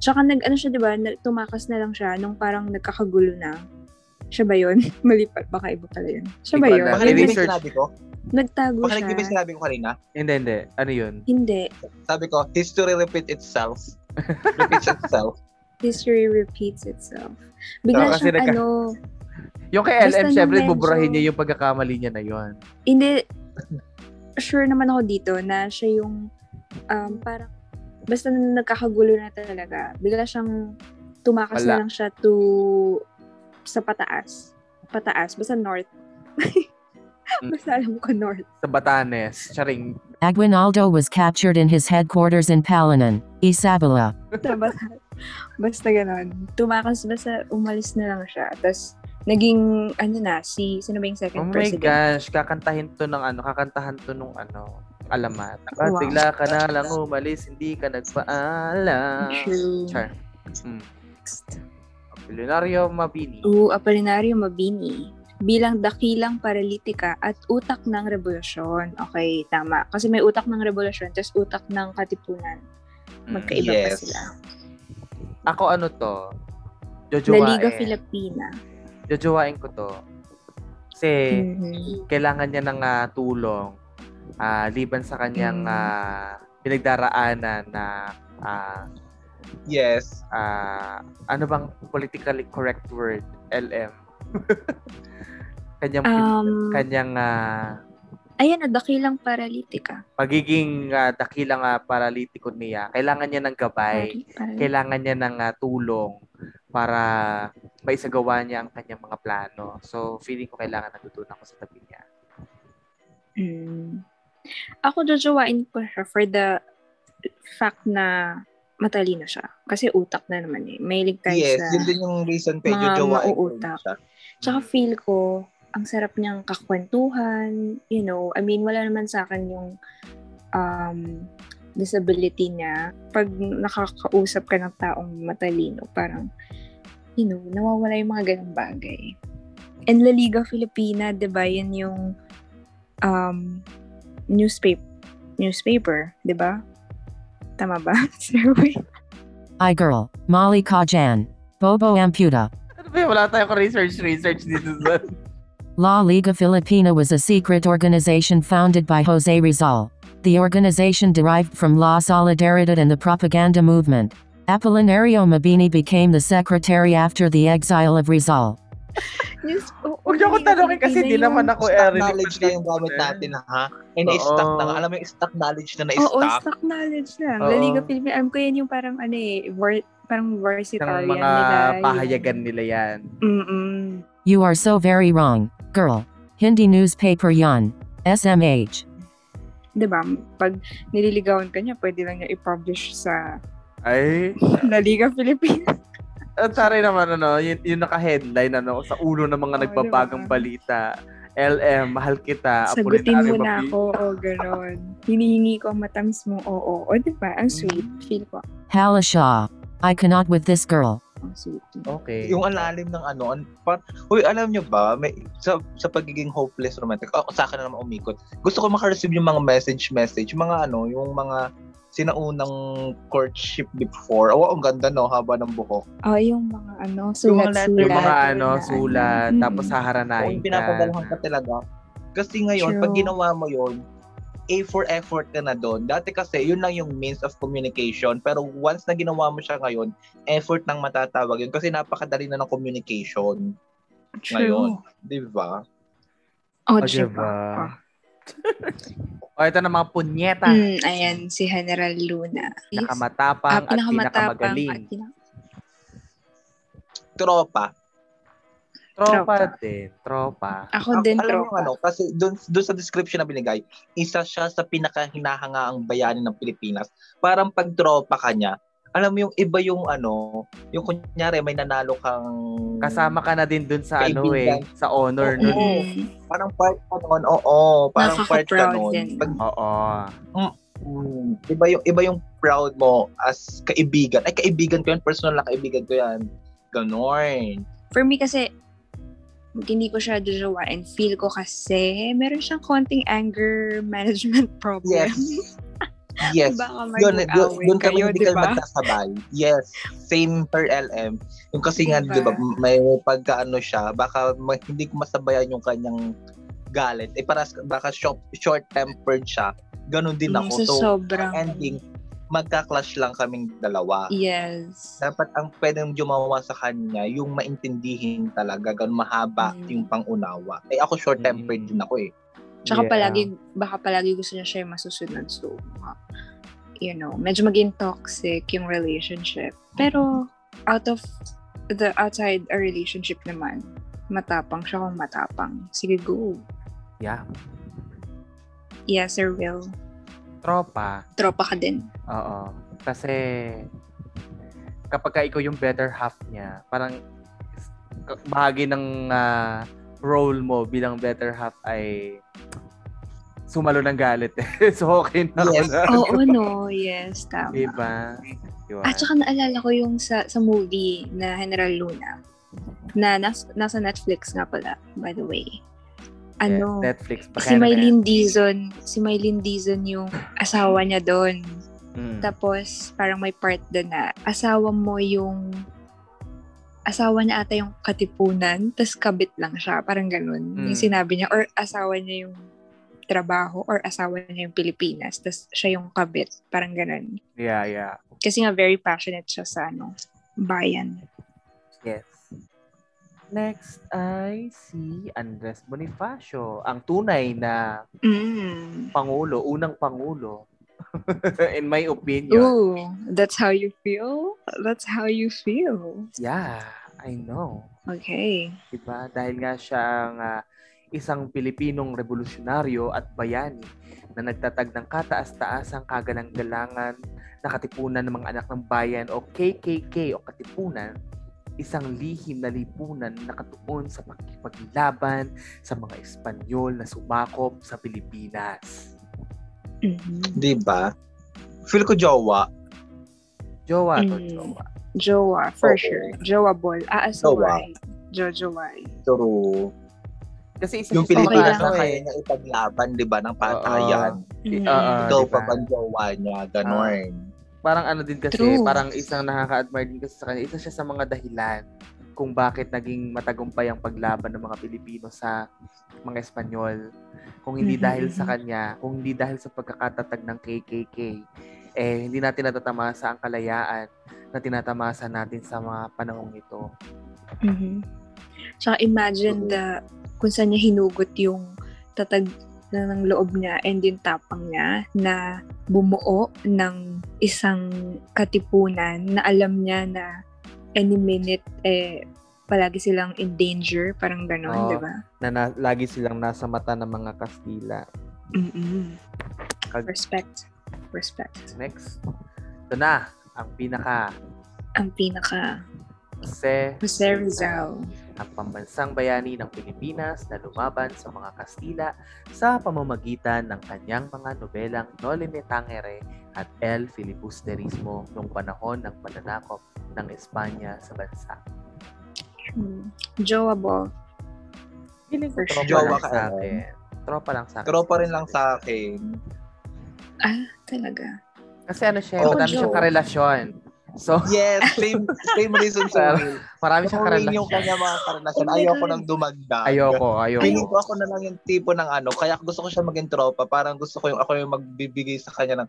[SPEAKER 2] Tsaka nag, ano siya, di ba? na- Tumakas na lang siya nung parang nagkakagulo na. Siya ba yun? Mali pa, baka iba pala yun. Siya ba
[SPEAKER 1] Hindi ko
[SPEAKER 2] yun?
[SPEAKER 1] alam.
[SPEAKER 2] Nag-
[SPEAKER 3] Makinig din ba
[SPEAKER 1] I-research.
[SPEAKER 3] yung sinabi ko?
[SPEAKER 2] nagtago
[SPEAKER 3] Makinig din ba yung
[SPEAKER 2] siya.
[SPEAKER 3] sinabi ko kanina?
[SPEAKER 1] hindi hindi ano yun?
[SPEAKER 2] Hindi.
[SPEAKER 3] Sabi ko, history repeats itself. Repeats itself.
[SPEAKER 2] History repeats itself. Bigla
[SPEAKER 1] Oo, kasi
[SPEAKER 2] siyang
[SPEAKER 1] nagka-
[SPEAKER 2] ano,
[SPEAKER 1] Yung kay
[SPEAKER 2] Basta
[SPEAKER 1] LM syempre
[SPEAKER 2] na-mention.
[SPEAKER 1] buburahin niya yung pagkakamali niya na yun.
[SPEAKER 2] hindi, sure naman ako dito na siya yung, um, parang, basta na nagkakagulo na talaga. Bigla siyang, tumakas
[SPEAKER 1] Wala.
[SPEAKER 2] na lang siya to, sa pataas. Pataas, basta north.
[SPEAKER 1] Mm.
[SPEAKER 2] basta alam ko north.
[SPEAKER 1] Sa Batanes, siya ring
[SPEAKER 6] Aguinaldo was captured in his headquarters in Palanan, Isabela.
[SPEAKER 2] basta, basta ganon. Tumakas basta umalis na lang siya. Tapos, naging, ano na, si, sino ba yung
[SPEAKER 1] Oh
[SPEAKER 2] second
[SPEAKER 1] my
[SPEAKER 2] president?
[SPEAKER 1] gosh, kakantahin to ng ano, kakantahan to nung ano, alamat. At
[SPEAKER 2] Wow.
[SPEAKER 1] bigla ka na lang umalis, hindi ka nagpaalam.
[SPEAKER 2] True.
[SPEAKER 1] Char. Milyonaryo Mabini.
[SPEAKER 2] Oo, Apolinario Mabini. Bilang dakilang paralitika at utak ng revolusyon. Okay, tama. Kasi may utak ng revolusyon, tapos utak ng katipunan.
[SPEAKER 1] Mm.
[SPEAKER 2] Magkaiba pa
[SPEAKER 3] Yes.
[SPEAKER 2] sila.
[SPEAKER 1] Ako ano to?
[SPEAKER 2] La Liga
[SPEAKER 3] eh.
[SPEAKER 1] Jojowain.
[SPEAKER 2] Filipina.
[SPEAKER 1] Jojowain ko to. Kasi
[SPEAKER 2] Mhm.
[SPEAKER 3] Mm-hmm.
[SPEAKER 1] kailangan niya ng ah, tulong ah, liban sa kanyang
[SPEAKER 2] Mm.
[SPEAKER 1] ah, pinagdaraanan na ah,
[SPEAKER 3] Yes.
[SPEAKER 1] ah, ano bang politically correct word? LM. kanyang
[SPEAKER 2] Um,
[SPEAKER 1] kanyang ah,
[SPEAKER 2] ayan na, dakilang paralitika.
[SPEAKER 1] magiging ah, dakilang ah, paralitiko niya. Kailangan niya ng gabay.
[SPEAKER 2] Parali- parali-
[SPEAKER 1] kailangan niya ng ah, tulong para maisagawa niya ang kanyang mga plano. So, feeling ko kailangan natutunan ko sa tabi niya.
[SPEAKER 2] Mm. Ako, jojowain ko siya for the fact na matalino siya. Kasi utak na naman eh. Mahilig tayo
[SPEAKER 3] Yes.
[SPEAKER 2] sa...
[SPEAKER 3] Yun din yung reason kay
[SPEAKER 2] mga
[SPEAKER 3] Jojoa.
[SPEAKER 2] mauutak. Tsaka feel ko, ang sarap niyang kakwentuhan. You know, I mean, wala naman sa akin yung um, disability niya. Pag nakakausap ka ng taong matalino, parang, you know, nawawala yung mga ganong bagay. And La Liga Filipina, di ba, yan yung um, newspaper. Newspaper, di ba? Tama ba? Sir Wei?
[SPEAKER 6] I girl, Molly Kajan, Bobo Amputa.
[SPEAKER 1] Ano ba yun? Wala tayong research-research dito sa...
[SPEAKER 6] La Liga Filipina was a secret organization founded by Jose Rizal. The organization derived from La Solidaridad and the propaganda movement. Apolinario Mabini became the secretary after the exile of Rizal.
[SPEAKER 2] News, oh,
[SPEAKER 1] Huwag niyo akong
[SPEAKER 2] La Liga
[SPEAKER 1] tanongin kasi
[SPEAKER 2] Filipina
[SPEAKER 1] di
[SPEAKER 2] yung-
[SPEAKER 1] naman ako
[SPEAKER 3] Stock
[SPEAKER 1] Eric. eh.
[SPEAKER 3] knowledge na yung gamit natin ha. And
[SPEAKER 1] Oo.
[SPEAKER 3] stock na. Alam mo yung stock knowledge na
[SPEAKER 2] Oo,
[SPEAKER 3] na-stock?
[SPEAKER 2] stock knowledge lang.
[SPEAKER 1] Oo.
[SPEAKER 2] La Liga Philippine, alam ko yan yung parang ano eh, var-
[SPEAKER 1] Ng
[SPEAKER 2] parang varsitarian
[SPEAKER 1] mga
[SPEAKER 2] nila.
[SPEAKER 1] pahayagan nila yan.
[SPEAKER 2] Mm-mm.
[SPEAKER 6] You are so very wrong, girl. Hindi newspaper yan. SMH.
[SPEAKER 2] Diba? Pag nililigawan ka niya, pwede lang niya i-publish sa
[SPEAKER 1] Ay,
[SPEAKER 2] La Liga Philippine.
[SPEAKER 1] at taray naman ano, yun, yung naka-headline ano, sa ulo ng mga
[SPEAKER 2] Oo,
[SPEAKER 1] nagbabagang
[SPEAKER 2] diba?
[SPEAKER 1] balita. LM, mahal kita.
[SPEAKER 2] Sagutin
[SPEAKER 1] Apolinario
[SPEAKER 2] mo na
[SPEAKER 1] Mabini.
[SPEAKER 2] ako, o gano'n. Hinihingi ko ang matamis mo, oo. O diba? Ang
[SPEAKER 1] Mm.
[SPEAKER 2] sweet. Feel ko,
[SPEAKER 6] Halashaw. I cannot with this girl.
[SPEAKER 2] ang sweet.
[SPEAKER 1] Okay.
[SPEAKER 3] Yung alalim ng ano, an, par, uy, alam nyo ba, may, sa, sa pagiging hopeless romantic, oh, sa akin na naman umikot. Gusto ko makareceive yung mga message-message, mga ano, yung mga sinaunang courtship before. Oh, ang ganda no, haba ng buhok.
[SPEAKER 2] O, yung mga ano,
[SPEAKER 3] Yung mga
[SPEAKER 2] sulat-sulat.
[SPEAKER 1] yung mga
[SPEAKER 2] na
[SPEAKER 1] ano, sulat,
[SPEAKER 2] Mm-mm.
[SPEAKER 1] tapos
[SPEAKER 3] Mm-hmm.
[SPEAKER 1] haharanain
[SPEAKER 3] Kung pinapadalahan ka talaga. Kasi ngayon,
[SPEAKER 2] True.
[SPEAKER 3] pag ginawa mo yon A for effort ka na doon. Dati kasi, yun lang yung means of communication. Pero once na ginawa mo siya ngayon, effort nang matatawag yun. Kasi napakadali na ng communication. Ngayon.
[SPEAKER 2] True.
[SPEAKER 3] Di ba?
[SPEAKER 2] O,
[SPEAKER 1] O, diba?
[SPEAKER 2] diba? O.
[SPEAKER 1] O, ito na mga punyeta.
[SPEAKER 2] Mm, ayan, si General Luna.
[SPEAKER 1] Pinakamatapang
[SPEAKER 2] Hmm, Ah,
[SPEAKER 1] at pinakamagaling.
[SPEAKER 2] at pinak-
[SPEAKER 3] tropa.
[SPEAKER 1] Tropa,
[SPEAKER 2] Tropa.
[SPEAKER 1] din. Tropa.
[SPEAKER 2] Ako Oh, din,
[SPEAKER 3] alam mo
[SPEAKER 2] tropa.
[SPEAKER 3] ano, kasi doon doon sa description na binigay, isa siya sa pinakahinahangaang bayani ng Pilipinas. Parang pag tropa ka niya, alam mo yung iba yung ano, yung kunyari may nanalo kang
[SPEAKER 1] Kasama ka na din dun sa ano eh,
[SPEAKER 3] Hmm. Kaibigan.
[SPEAKER 1] sa honor
[SPEAKER 2] Mm.
[SPEAKER 1] nun.
[SPEAKER 3] Oo. Parang part ka noon, oo, parang part ka
[SPEAKER 2] Nakaka-proud
[SPEAKER 3] noon.
[SPEAKER 2] din.
[SPEAKER 3] Pag,
[SPEAKER 1] Oo.
[SPEAKER 3] mm, iba yung iba yung proud mo as kaibigan. Ay kaibigan ko yan, personal na kaibigan ko yan. Ganon.
[SPEAKER 2] For me kasi, hindi ko siya jajawain. Feel ko kasi, meron siyang konting anger management problem.
[SPEAKER 3] Yes. Yes.
[SPEAKER 2] Baka
[SPEAKER 3] Yun,
[SPEAKER 2] mag-away
[SPEAKER 3] yun,
[SPEAKER 2] Diba? kayo, diba?
[SPEAKER 3] yun kami hindi
[SPEAKER 2] di
[SPEAKER 3] kayo
[SPEAKER 2] ba?
[SPEAKER 3] magkasabay. Yes. Same per LM. Yung kasi nga, di
[SPEAKER 2] Diba?
[SPEAKER 3] ba, may pagka ano siya, baka ma- hindi ko masabayan yung kanyang galit. Eh, para, baka short, short-tempered siya. Ganun din
[SPEAKER 2] Mm,
[SPEAKER 3] ako.
[SPEAKER 2] so,
[SPEAKER 3] So,
[SPEAKER 2] sobrang,
[SPEAKER 3] ending, magka-clash lang kaming dalawa.
[SPEAKER 2] yes.
[SPEAKER 3] Dapat ang pwedeng jumawa sa kanya, yung maintindihin talaga, ganun mahaba
[SPEAKER 2] Mm.
[SPEAKER 3] yung pangunawa. Eh, ako short-tempered
[SPEAKER 1] Mm.
[SPEAKER 3] din ako eh.
[SPEAKER 2] Tsaka
[SPEAKER 1] Yeah.
[SPEAKER 2] palagi, baka palagi gusto niya siya yung masusunod. So, mga- you know, medyo maging toxic yung relationship. Pero, out of the outside a relationship naman, matapang siya kung matapang. Sige, go.
[SPEAKER 1] Yeah.
[SPEAKER 2] Yes, sir, will.
[SPEAKER 1] Tropa.
[SPEAKER 2] Tropa ka din.
[SPEAKER 1] Oo. Kasi kapag ka ikaw yung better half niya, parang bahagi ng ah, role mo bilang better half ay sumalo ng galit. eh. so, okay na.
[SPEAKER 3] Yes.
[SPEAKER 2] Oo, no. Yes, tama.
[SPEAKER 1] Diba? Yun.
[SPEAKER 2] At saka naalala ko yung sa, sa movie na General Luna na nas, nasa Netflix nga pala, by the way. Ano,
[SPEAKER 1] Netflix.
[SPEAKER 2] si Mylene Dizon, si Mylene Dizon yung asawa niya doon.
[SPEAKER 1] Mm.
[SPEAKER 2] Tapos, parang may part doon na asawa mo yung asawa niya ata yung katipunan, tapos kabit lang siya. Parang ganun. Yung
[SPEAKER 1] Mm.
[SPEAKER 2] sinabi niya. Or asawa niya yung trabaho or asawa niya yung Pilipinas, tapos siya yung kabit. Parang ganun.
[SPEAKER 1] Yeah, yeah.
[SPEAKER 2] Kasi nga very passionate siya sa ano, bayan.
[SPEAKER 1] Yes. Next ay si Andres Bonifacio, ang tunay na Hmm.
[SPEAKER 2] Mm.
[SPEAKER 1] pangulo, unang pangulo. In my opinion.
[SPEAKER 2] Ooh, that's how you feel? That's how you feel.
[SPEAKER 1] Yeah, I know.
[SPEAKER 2] Okay.
[SPEAKER 1] Diba? Dahil nga siya ang ah, isang Pilipinong revolusyonaryo at bayani na nagtatag ng kataas-taasang kagalang-galangan na katipunan ng mga anak ng bayan o KKK o katipunan, isang lihim na lipunan na nakatuon sa pakipaglaban sa mga Espanyol na sumakop sa Pilipinas.
[SPEAKER 2] Mhm.
[SPEAKER 3] Di ba? Feel ko jowa.
[SPEAKER 1] Jowa to
[SPEAKER 2] Mm.
[SPEAKER 1] jowa.
[SPEAKER 2] Jowa, for
[SPEAKER 3] Oo.
[SPEAKER 2] sure. Ah, Jowa ball. Aasaway. Jojoway.
[SPEAKER 3] Pero,
[SPEAKER 1] Kasi isa
[SPEAKER 3] yung
[SPEAKER 1] siya sa mga
[SPEAKER 3] Pilipinas
[SPEAKER 2] Pilipinas
[SPEAKER 3] na
[SPEAKER 1] nakaka-
[SPEAKER 3] eh, na ipaglaban, di ba, ng patayan.
[SPEAKER 2] Mm.
[SPEAKER 1] Ah,
[SPEAKER 3] Ikaw
[SPEAKER 1] diba?
[SPEAKER 3] pa bang jowa niya, ganon.
[SPEAKER 1] parang ano din kasi,
[SPEAKER 2] True.
[SPEAKER 1] parang isang nakaka-admire din kasi sa kanya, isa siya sa mga dahilan kung bakit naging matagumpay ang paglaban ng mga Pilipino sa mga Espanyol. Kung hindi
[SPEAKER 2] Mhm.
[SPEAKER 1] dahil sa kanya, kung hindi dahil sa pagkakatatag ng KKK, eh hindi natin natatamasa ang kalayaan na tinatamasa natin sa mga panahong ito.
[SPEAKER 2] Mhm. Tsaka imagine the, kung saan niya hinugot yung tatag na ng loob niya and yung tapang niya na bumuo ng isang katipunan na alam niya na any minute eh palagi silang in danger, parang gano'n,
[SPEAKER 1] Oo.
[SPEAKER 2] di ba?
[SPEAKER 1] Na, na lagi silang nasa mata ng mga Kastila.
[SPEAKER 2] Mm-mm.
[SPEAKER 1] Kag-
[SPEAKER 2] Respect. Respect.
[SPEAKER 1] Next. Ito na, ang pinaka
[SPEAKER 2] Ang pinaka
[SPEAKER 1] Jose
[SPEAKER 2] Jose Rizal.
[SPEAKER 1] ang pambansang bayani ng Pilipinas na lumaban sa mga Kastila sa pamamagitan ng kanyang mga nobelang Noli Me Tangere at El Filibusterismo noong panahon ng pananakop ng Espanya sa bansa.
[SPEAKER 2] Mm. Jowa Ball.
[SPEAKER 1] Feeling ko
[SPEAKER 2] For
[SPEAKER 1] tropa
[SPEAKER 3] sure.
[SPEAKER 1] lang
[SPEAKER 3] Jowa ka,
[SPEAKER 1] sa
[SPEAKER 3] Ellen.
[SPEAKER 1] akin. Tropa lang sa akin.
[SPEAKER 3] Pero pa rin lang sa akin.
[SPEAKER 2] Ah, talaga.
[SPEAKER 1] Kasi ano siya,
[SPEAKER 3] Oh,
[SPEAKER 1] madami siyang
[SPEAKER 3] Jowa.
[SPEAKER 1] karelasyon. So,
[SPEAKER 3] Yes, same same reason sa akin.
[SPEAKER 1] marami
[SPEAKER 3] Ako
[SPEAKER 1] siyang
[SPEAKER 3] rin
[SPEAKER 1] karelasyon.
[SPEAKER 3] yung kanya mga karanasan.
[SPEAKER 2] Oh my
[SPEAKER 3] Ayoko
[SPEAKER 2] God.
[SPEAKER 3] nang dumagdag.
[SPEAKER 1] Ayoko,
[SPEAKER 3] Piling ko
[SPEAKER 1] ayoko.
[SPEAKER 3] ako na lang yung tipo ng ano, kaya gusto ko siya maging tropa. Parang gusto ko yung ako yung magbibigay sa kanya ng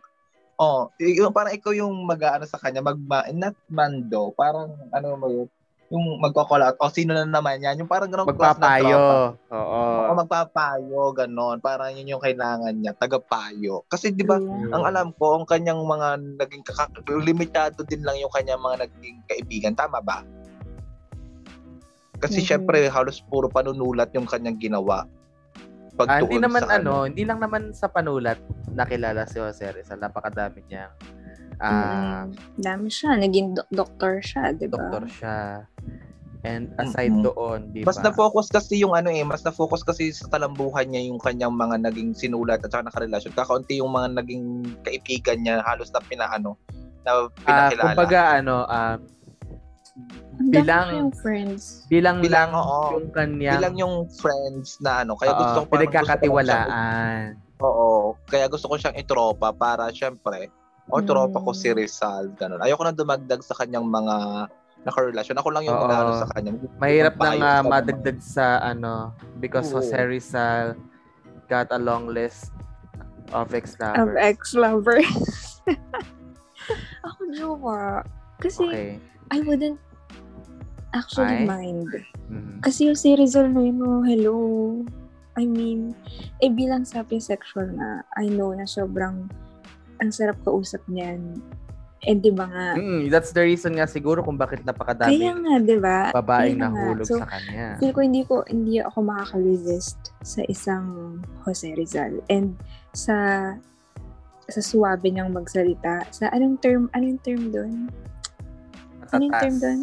[SPEAKER 3] Oh, y- yung parang ikaw yung mag-ano sa kanya, magma not mando, parang ano mo yun, yung magkokolat. O sino na naman yan, yung parang ganun class na tropa.
[SPEAKER 1] Magpapayo. Oo.
[SPEAKER 3] O magpapayo, ganon. Parang yun yung kailangan niya, tagapayo. Kasi
[SPEAKER 1] Diba?
[SPEAKER 3] di ba,
[SPEAKER 2] True.
[SPEAKER 3] ang alam ko, ang kanyang mga naging kakak- limitado din lang yung kanyang mga naging kaibigan. Tama ba? Kasi
[SPEAKER 2] Mhm.
[SPEAKER 3] syempre halos puro panunulat yung kanyang ginawa.
[SPEAKER 1] Ah,
[SPEAKER 3] Pag
[SPEAKER 1] hindi
[SPEAKER 3] doon
[SPEAKER 1] naman
[SPEAKER 3] sa
[SPEAKER 1] ano, hindi lang naman sa panulat nakilala si Jose Rizal. Napakadami niya. Ah,
[SPEAKER 3] Mm, diba?
[SPEAKER 2] Dami siya. Naging do- doctor siya, diba? di ba?
[SPEAKER 1] doktor siya. And aside
[SPEAKER 3] Mhm.
[SPEAKER 1] doon, di ba?
[SPEAKER 3] Mas na-focus kasi yung ano eh, mas na-focus kasi sa talambuhan niya yung kanyang mga naging sinulat at saka nakarelasyon. Kakaunti yung mga naging kaibigan niya halos na pinaano,
[SPEAKER 1] Ah,
[SPEAKER 3] na pinakilala.
[SPEAKER 1] kumbaga ano, ah,
[SPEAKER 2] Ang dami
[SPEAKER 1] bilang
[SPEAKER 2] ko yung friends.
[SPEAKER 1] bilang
[SPEAKER 3] Bilang,
[SPEAKER 1] lang
[SPEAKER 3] oo.
[SPEAKER 1] yung kanyang
[SPEAKER 3] bilang yung friends na ano, kaya
[SPEAKER 1] Oo,
[SPEAKER 3] gusto ko parang gusto ko siyang-
[SPEAKER 1] pinagkakatiwalaan.
[SPEAKER 3] Oo, kaya gusto ko siyang itropa para syempre, o tropa ko
[SPEAKER 2] Mm.
[SPEAKER 3] si Rizal, ganun. Ayoko na dumagdag sa kanyang mga nakarelasyon. Ako lang yung
[SPEAKER 1] Oo.
[SPEAKER 3] nanalo sa kanya. Hindi ko
[SPEAKER 1] Mahirap
[SPEAKER 3] payo
[SPEAKER 1] nang ah,
[SPEAKER 3] sa kanya.
[SPEAKER 1] madagdag sa ano because
[SPEAKER 3] Oo.
[SPEAKER 1] Jose Rizal got a long list of
[SPEAKER 2] Of
[SPEAKER 1] ex-lovers.
[SPEAKER 2] ex-lover. Ako, jowa. Kasi,
[SPEAKER 1] Okay.
[SPEAKER 2] I wouldn't
[SPEAKER 1] Ay.
[SPEAKER 2] actually mind.
[SPEAKER 1] Mhm.
[SPEAKER 2] Kasi yung si Rizal na yun, oh, hello. I mean, eh bilang sapi sexual na, I know na sobrang ang sarap kausap niyan. Eh, di ba nga?
[SPEAKER 1] Mm, that's the reason nga siguro kung bakit
[SPEAKER 2] Kaya
[SPEAKER 1] napakadami
[SPEAKER 2] nga, di ba?
[SPEAKER 1] babaeng
[SPEAKER 2] kaya nga.
[SPEAKER 1] nahulog
[SPEAKER 2] So,
[SPEAKER 1] sa kanya.
[SPEAKER 2] Feel ko hindi ko, hindi ako makaka-resist sa isang Jose Rizal. And sa sa suwabe niyang magsalita. Sa anong term, anong term doon? Anong ano term doon?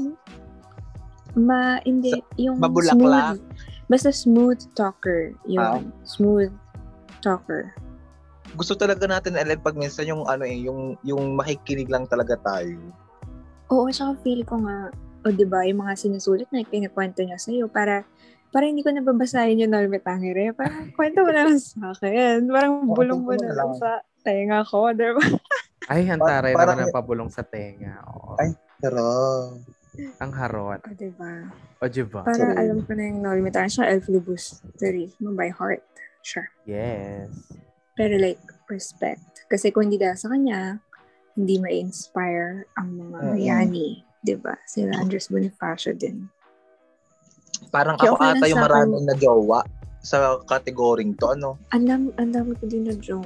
[SPEAKER 2] Ma, hindi, yung
[SPEAKER 3] mabulaklak?
[SPEAKER 2] smooth. Basta smooth talker. Yun.
[SPEAKER 3] Ah.
[SPEAKER 2] Smooth talker.
[SPEAKER 3] Gusto talaga natin alam pag minsan yung ano eh, yung yung makikinig lang talaga tayo.
[SPEAKER 2] Oo, tsaka feel ko nga, o di ba, yung mga sinusulat na kinakwento niya sa'yo para para hindi ko nababasahin yung Nolme Tangere. Parang kwento mo na lang sa akin. Parang
[SPEAKER 3] Oo,
[SPEAKER 2] bulong mo
[SPEAKER 3] kwento
[SPEAKER 2] na
[SPEAKER 3] mo na
[SPEAKER 2] lang
[SPEAKER 3] lang.
[SPEAKER 2] sa tenga ko, di ba?
[SPEAKER 1] Ay, ang taray
[SPEAKER 3] Parang-
[SPEAKER 1] naman ng pabulong sa tenga. Oo.
[SPEAKER 3] Ay. Pero
[SPEAKER 1] Ang harot.
[SPEAKER 2] O, di ba?
[SPEAKER 1] O, di ba?
[SPEAKER 2] Para
[SPEAKER 3] True.
[SPEAKER 2] alam ko na yung Nolme Tangere. Siya, Elf Lubus. Turismo by heart. Sure.
[SPEAKER 1] Yes.
[SPEAKER 2] Pero like, respect. Kasi kung hindi dahil sa kanya, hindi ma-inspire ang mga
[SPEAKER 3] Oo.
[SPEAKER 2] bayani. Di ba? Sila Andres Bonifacio din.
[SPEAKER 3] parang
[SPEAKER 2] Kaya
[SPEAKER 3] ako
[SPEAKER 2] okay lang
[SPEAKER 3] ata yung
[SPEAKER 2] sa akin.
[SPEAKER 3] maraming na jowa sa kategoring to ano.
[SPEAKER 2] Alam, ang dami ko din na joke.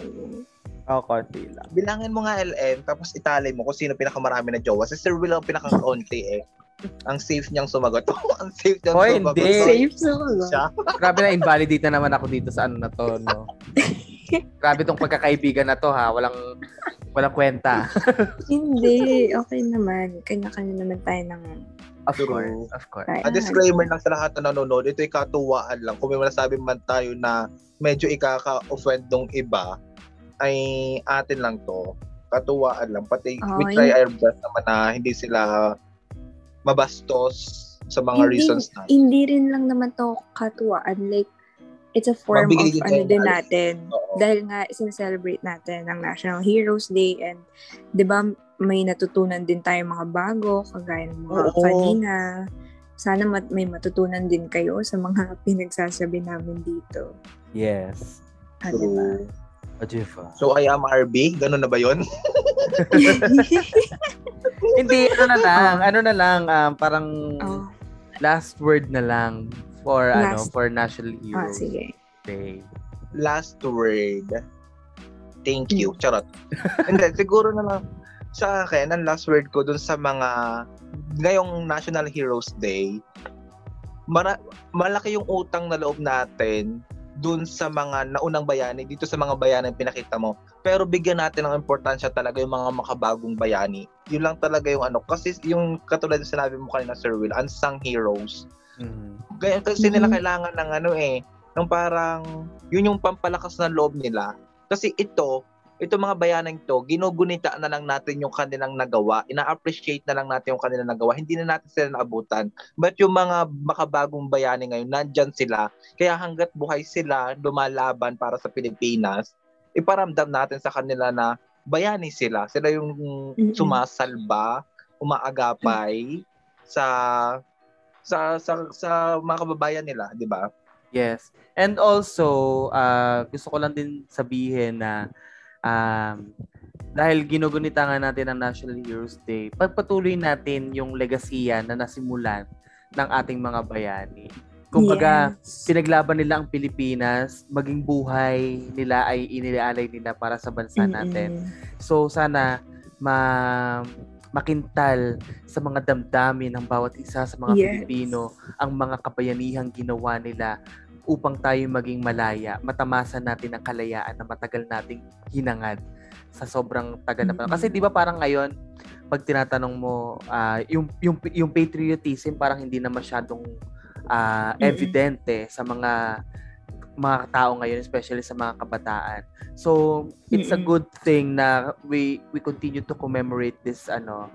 [SPEAKER 1] O, konti lang.
[SPEAKER 3] Bilangin mo nga LM tapos italay mo kung sino pinakamarami na jowa. Si Sir Will ang pinakakonti eh. Ang safe niyang sumagot. ang safe niyang
[SPEAKER 1] Hoy,
[SPEAKER 3] sumagot.
[SPEAKER 1] hindi.
[SPEAKER 3] Sorry
[SPEAKER 2] Safe zone.
[SPEAKER 3] Siya.
[SPEAKER 1] Grabe na, invalidate na naman ako dito sa ano na to, no? Grabe tong pagkakaibigan na to, ha? Walang, walang kwenta.
[SPEAKER 2] Hindi, okay naman. Kanya-kanya naman tayo ng
[SPEAKER 1] Of
[SPEAKER 3] True.
[SPEAKER 1] course, of course.
[SPEAKER 2] kaya.
[SPEAKER 3] A disclaimer lang sa lahat na nanonood, ito'y katuwaan lang. Kung may masasabi man tayo na medyo ikaka-offend ng iba, ay atin lang to. Katuwaan lang. Pati
[SPEAKER 2] Oo,
[SPEAKER 3] we try
[SPEAKER 2] yun.
[SPEAKER 3] our best naman na hindi sila mabastos sa mga
[SPEAKER 2] Hindi.
[SPEAKER 3] reasons na.
[SPEAKER 2] Hindi rin lang naman to katuwaan. Like, it's a form
[SPEAKER 3] Mabigay din
[SPEAKER 2] of ano
[SPEAKER 3] tayo ng
[SPEAKER 2] din
[SPEAKER 3] alas.
[SPEAKER 2] natin.
[SPEAKER 3] Oo.
[SPEAKER 2] Dahil nga, sincelebrate natin ang National Heroes Day and, di ba, may natutunan din tayo mga bago, kagaya ng mga
[SPEAKER 3] Oo.
[SPEAKER 2] kanina. Sana mat- may matutunan din kayo sa mga pinagsasabi namin dito.
[SPEAKER 1] Yes.
[SPEAKER 2] Ah, di ba?
[SPEAKER 3] True.
[SPEAKER 1] O, di ba?
[SPEAKER 3] So, I am RB. Ganun na ba yun?
[SPEAKER 1] Hindi, ano na lang, ano na lang, um, parang
[SPEAKER 2] oh,
[SPEAKER 1] last word na lang for, ano,
[SPEAKER 2] Last.
[SPEAKER 1] for National
[SPEAKER 2] ah,
[SPEAKER 1] Heroes
[SPEAKER 2] sige.
[SPEAKER 1] Day.
[SPEAKER 3] Last word. Thank you. Charot. Hindi, siguro na lang sa akin, ang last word ko dun sa mga ngayong National Heroes Day, mara- malaki yung utang na loob natin dun sa mga naunang bayani, dito sa mga bayani yung pinakita mo. Pero bigyan natin ng importansya talaga yung mga makabagong bayani. Yun lang talaga yung ano. Kasi yung katulad ng sinabi mo kanina, Sir Will, unsung heroes.
[SPEAKER 1] Mm.
[SPEAKER 3] Ganyan kasi nila
[SPEAKER 2] Mhm.
[SPEAKER 3] kailangan ng ano eh, ng parang yun yung pampalakas ng loob nila. Kasi ito, ito mga bayanang to, ginugunita na lang natin yung kanilang nagawa, ina-appreciate na lang natin yung kanilang nagawa, hindi na natin sila naabutan. But yung mga makabagong bayani ngayon, nandyan sila, kaya hanggat buhay sila, lumalaban para sa Pilipinas, iparamdam natin sa kanila na bayani sila. Sila yung
[SPEAKER 2] Mm-mm.
[SPEAKER 3] sumasalba, umaagapay sa sa sa sa mga kababayan nila, 'di ba?
[SPEAKER 1] Yes. And also, ah, gusto ko lang din sabihin na um, dahil ginugunita nga natin ang National Heroes Day, pagpatuloy natin yung legasiya na nasimulan ng ating mga bayani. Kung baga,
[SPEAKER 2] Yes.
[SPEAKER 1] pinaglaban nila ang Pilipinas, maging buhay nila ay inilalay nila para sa bansa natin.
[SPEAKER 2] Mm-mm.
[SPEAKER 1] So sana ma makintal sa mga damdamin ng bawat isa sa mga
[SPEAKER 2] Yes.
[SPEAKER 1] Pilipino ang mga kabayanihang ginawa nila upang tayo maging malaya, matamasa natin ang kalayaan na matagal nating hinangad sa sobrang tagal na panahon. Kasi di ba parang ngayon, pag tinatanong mo, ah, yung, yung, yung patriotism parang hindi na masyadong ah,
[SPEAKER 2] Mm-mm.
[SPEAKER 1] evident eh, sa mga mga tao ngayon, especially sa mga kabataan. So, it's a
[SPEAKER 2] Mm-mm.
[SPEAKER 1] good thing na we we continue to commemorate this ano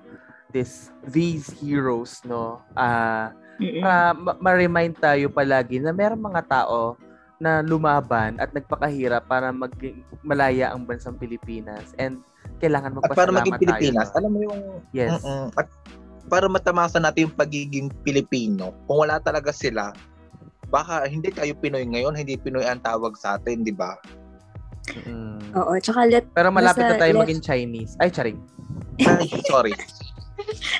[SPEAKER 1] this these heroes no ah
[SPEAKER 2] Mm.
[SPEAKER 1] para ma- ma-remind tayo palagi na mayroong mga tao na lumaban at nagpakahirap para maging malaya ang bansang Pilipinas and kailangan
[SPEAKER 3] At para
[SPEAKER 1] magpasalamat
[SPEAKER 3] maging
[SPEAKER 1] tayo.
[SPEAKER 3] Pilipinas,
[SPEAKER 1] no?
[SPEAKER 3] alam mo yung
[SPEAKER 1] Yes.
[SPEAKER 3] Mm-mm. At para matamasa natin yung pagiging Pilipino, kung wala talaga sila, baka hindi tayo Pinoy ngayon, hindi Pinoy ang tawag sa atin, di ba?
[SPEAKER 1] Mm.
[SPEAKER 2] Oo, tsaka let,
[SPEAKER 1] Pero malapit
[SPEAKER 2] Oh, Nasa
[SPEAKER 1] na tayo
[SPEAKER 2] left-
[SPEAKER 1] maging Chinese. Ay, charing.
[SPEAKER 3] Ay, sorry.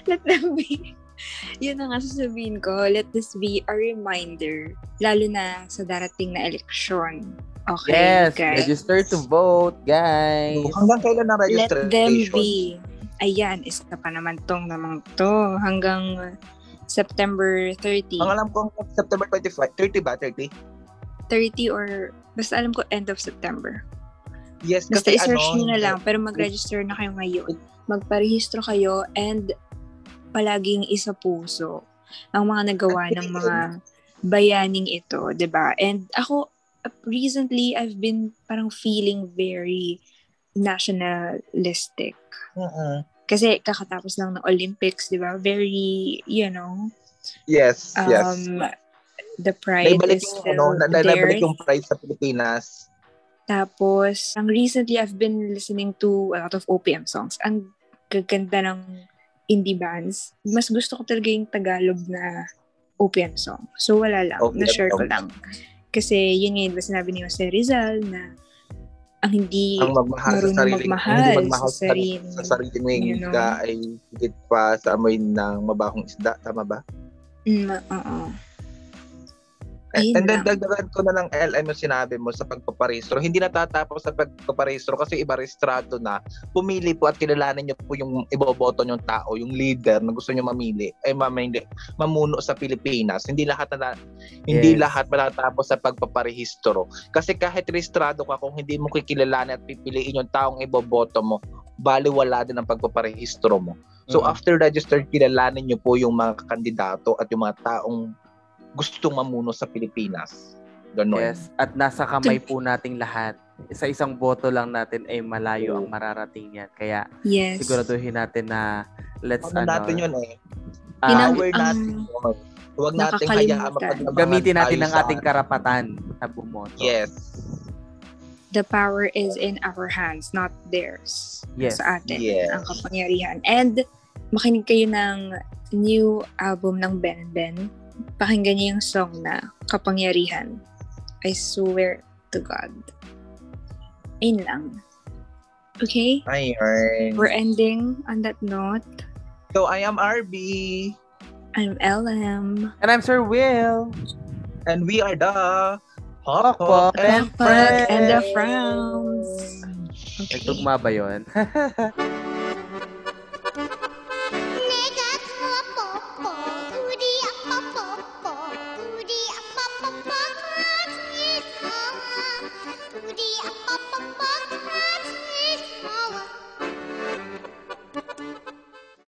[SPEAKER 2] let them be, yun na nga sasabihin ko, let this be a reminder, lalo na sa darating na eleksyon. Okay,
[SPEAKER 1] Yes,
[SPEAKER 2] guys?
[SPEAKER 1] register to vote, guys.
[SPEAKER 3] Hanggang kailan na
[SPEAKER 2] Let
[SPEAKER 3] registration?
[SPEAKER 2] them be. Ayan, isa pa naman tong namang to. Hanggang September 30.
[SPEAKER 3] Ang alam ko, September 25, 30 ba? 30?
[SPEAKER 2] 30 or basta alam ko end of September.
[SPEAKER 3] Yes,
[SPEAKER 2] Basta
[SPEAKER 3] kasi
[SPEAKER 2] i-search
[SPEAKER 3] ano,
[SPEAKER 2] nyo na lang pero mag-register na kayo ngayon. Magparehistro kayo and palaging isa puso ang mga nagawa ng mga bayaning ito, 'di ba? And ako uh, recently I've been parang feeling very nationalistic
[SPEAKER 3] Mm-mm.
[SPEAKER 2] kasi kakatapos lang ng Olympics, 'di ba? Very, you know,
[SPEAKER 3] Yes,
[SPEAKER 2] um
[SPEAKER 3] yes.
[SPEAKER 2] the pride
[SPEAKER 3] Naibalik
[SPEAKER 2] is
[SPEAKER 3] yung,
[SPEAKER 2] still
[SPEAKER 3] ano, na, na-
[SPEAKER 2] there.
[SPEAKER 3] naibalik yung pride sa Pilipinas.
[SPEAKER 2] Tapos, ang recently I've been listening to a lot of OPM songs. Ang gaganda ng indie bands. Mas gusto ko talaga yung Tagalog na OPM song. So, wala lang.
[SPEAKER 3] OPM
[SPEAKER 2] Na-share ko
[SPEAKER 3] songs.
[SPEAKER 2] lang. Kasi, yun nga yung sinabi ni Jose Rizal na ang hindi
[SPEAKER 3] ang magmahal sa
[SPEAKER 2] marunong
[SPEAKER 3] sarili.
[SPEAKER 2] magmahal
[SPEAKER 3] hindi magmahal
[SPEAKER 2] sa
[SPEAKER 3] sa sarili.
[SPEAKER 2] sarili.
[SPEAKER 3] Sa sarili mo
[SPEAKER 2] You know?
[SPEAKER 3] isda ay higit pa sa amoy ng mabakong isda. Tama ba?
[SPEAKER 2] Mm, oo.
[SPEAKER 3] And,
[SPEAKER 2] Ayun
[SPEAKER 3] and then
[SPEAKER 2] lang.
[SPEAKER 3] dagdagan ko na lang LM yung sinabi mo sa pagpaparehistro. Hindi natatapos sa pagpaparehistro kasi iba rehistrado na. Pumili po at kilalanin niyo po yung iboboto niyong tao, yung leader na gusto niyo mamili, ay mamili, mamuno sa Pilipinas. Hindi lahat na, hindi
[SPEAKER 1] Yes.
[SPEAKER 3] lahat matatapos sa pagpaparehistro. Kasi kahit rehistrado ka kung hindi mo kikilalanin at pipiliin yung taong iboboto mo, baliwala din ang pagpaparehistro mo.
[SPEAKER 1] Mm.
[SPEAKER 3] So after registered, kilalanin niyo po yung mga kandidato at yung mga taong gustong mamuno sa Pilipinas. Ganon.
[SPEAKER 1] Yes, at nasa kamay po nating lahat. Sa isang boto lang natin ay malayo ang mararating yan. Kaya
[SPEAKER 2] Yes.
[SPEAKER 1] siguraduhin natin na let's
[SPEAKER 3] Ano
[SPEAKER 1] ano,
[SPEAKER 3] natin yun eh.
[SPEAKER 1] ah,
[SPEAKER 2] Pinag-
[SPEAKER 3] Aware
[SPEAKER 2] ang
[SPEAKER 3] natin yun. Huwag natin
[SPEAKER 2] nakakalimutan.
[SPEAKER 3] hayaan mapaglamangan
[SPEAKER 1] gamitin natin
[SPEAKER 3] tayo
[SPEAKER 1] ang
[SPEAKER 3] sa-
[SPEAKER 1] ating karapatan na bumoto.
[SPEAKER 3] Yes.
[SPEAKER 2] the power is in our hands, not theirs.
[SPEAKER 1] Yes.
[SPEAKER 2] Sa atin,
[SPEAKER 3] Yes.
[SPEAKER 2] ang kapangyarihan. And makinig kayo ng new album ng Ben Ben. Pakinggan niyo yung song na Kapangyarihan. I swear to God. Ayun lang. Okay?
[SPEAKER 3] Ayun.
[SPEAKER 2] We're ending on that note.
[SPEAKER 3] So I am RB
[SPEAKER 2] I'm LM.
[SPEAKER 1] And I'm Sir Will.
[SPEAKER 3] and we are the Hawk
[SPEAKER 1] Hawk
[SPEAKER 3] and
[SPEAKER 2] Pakpak and the
[SPEAKER 3] Friends.
[SPEAKER 2] frowns. Okay.
[SPEAKER 1] Nagtugma ba yun?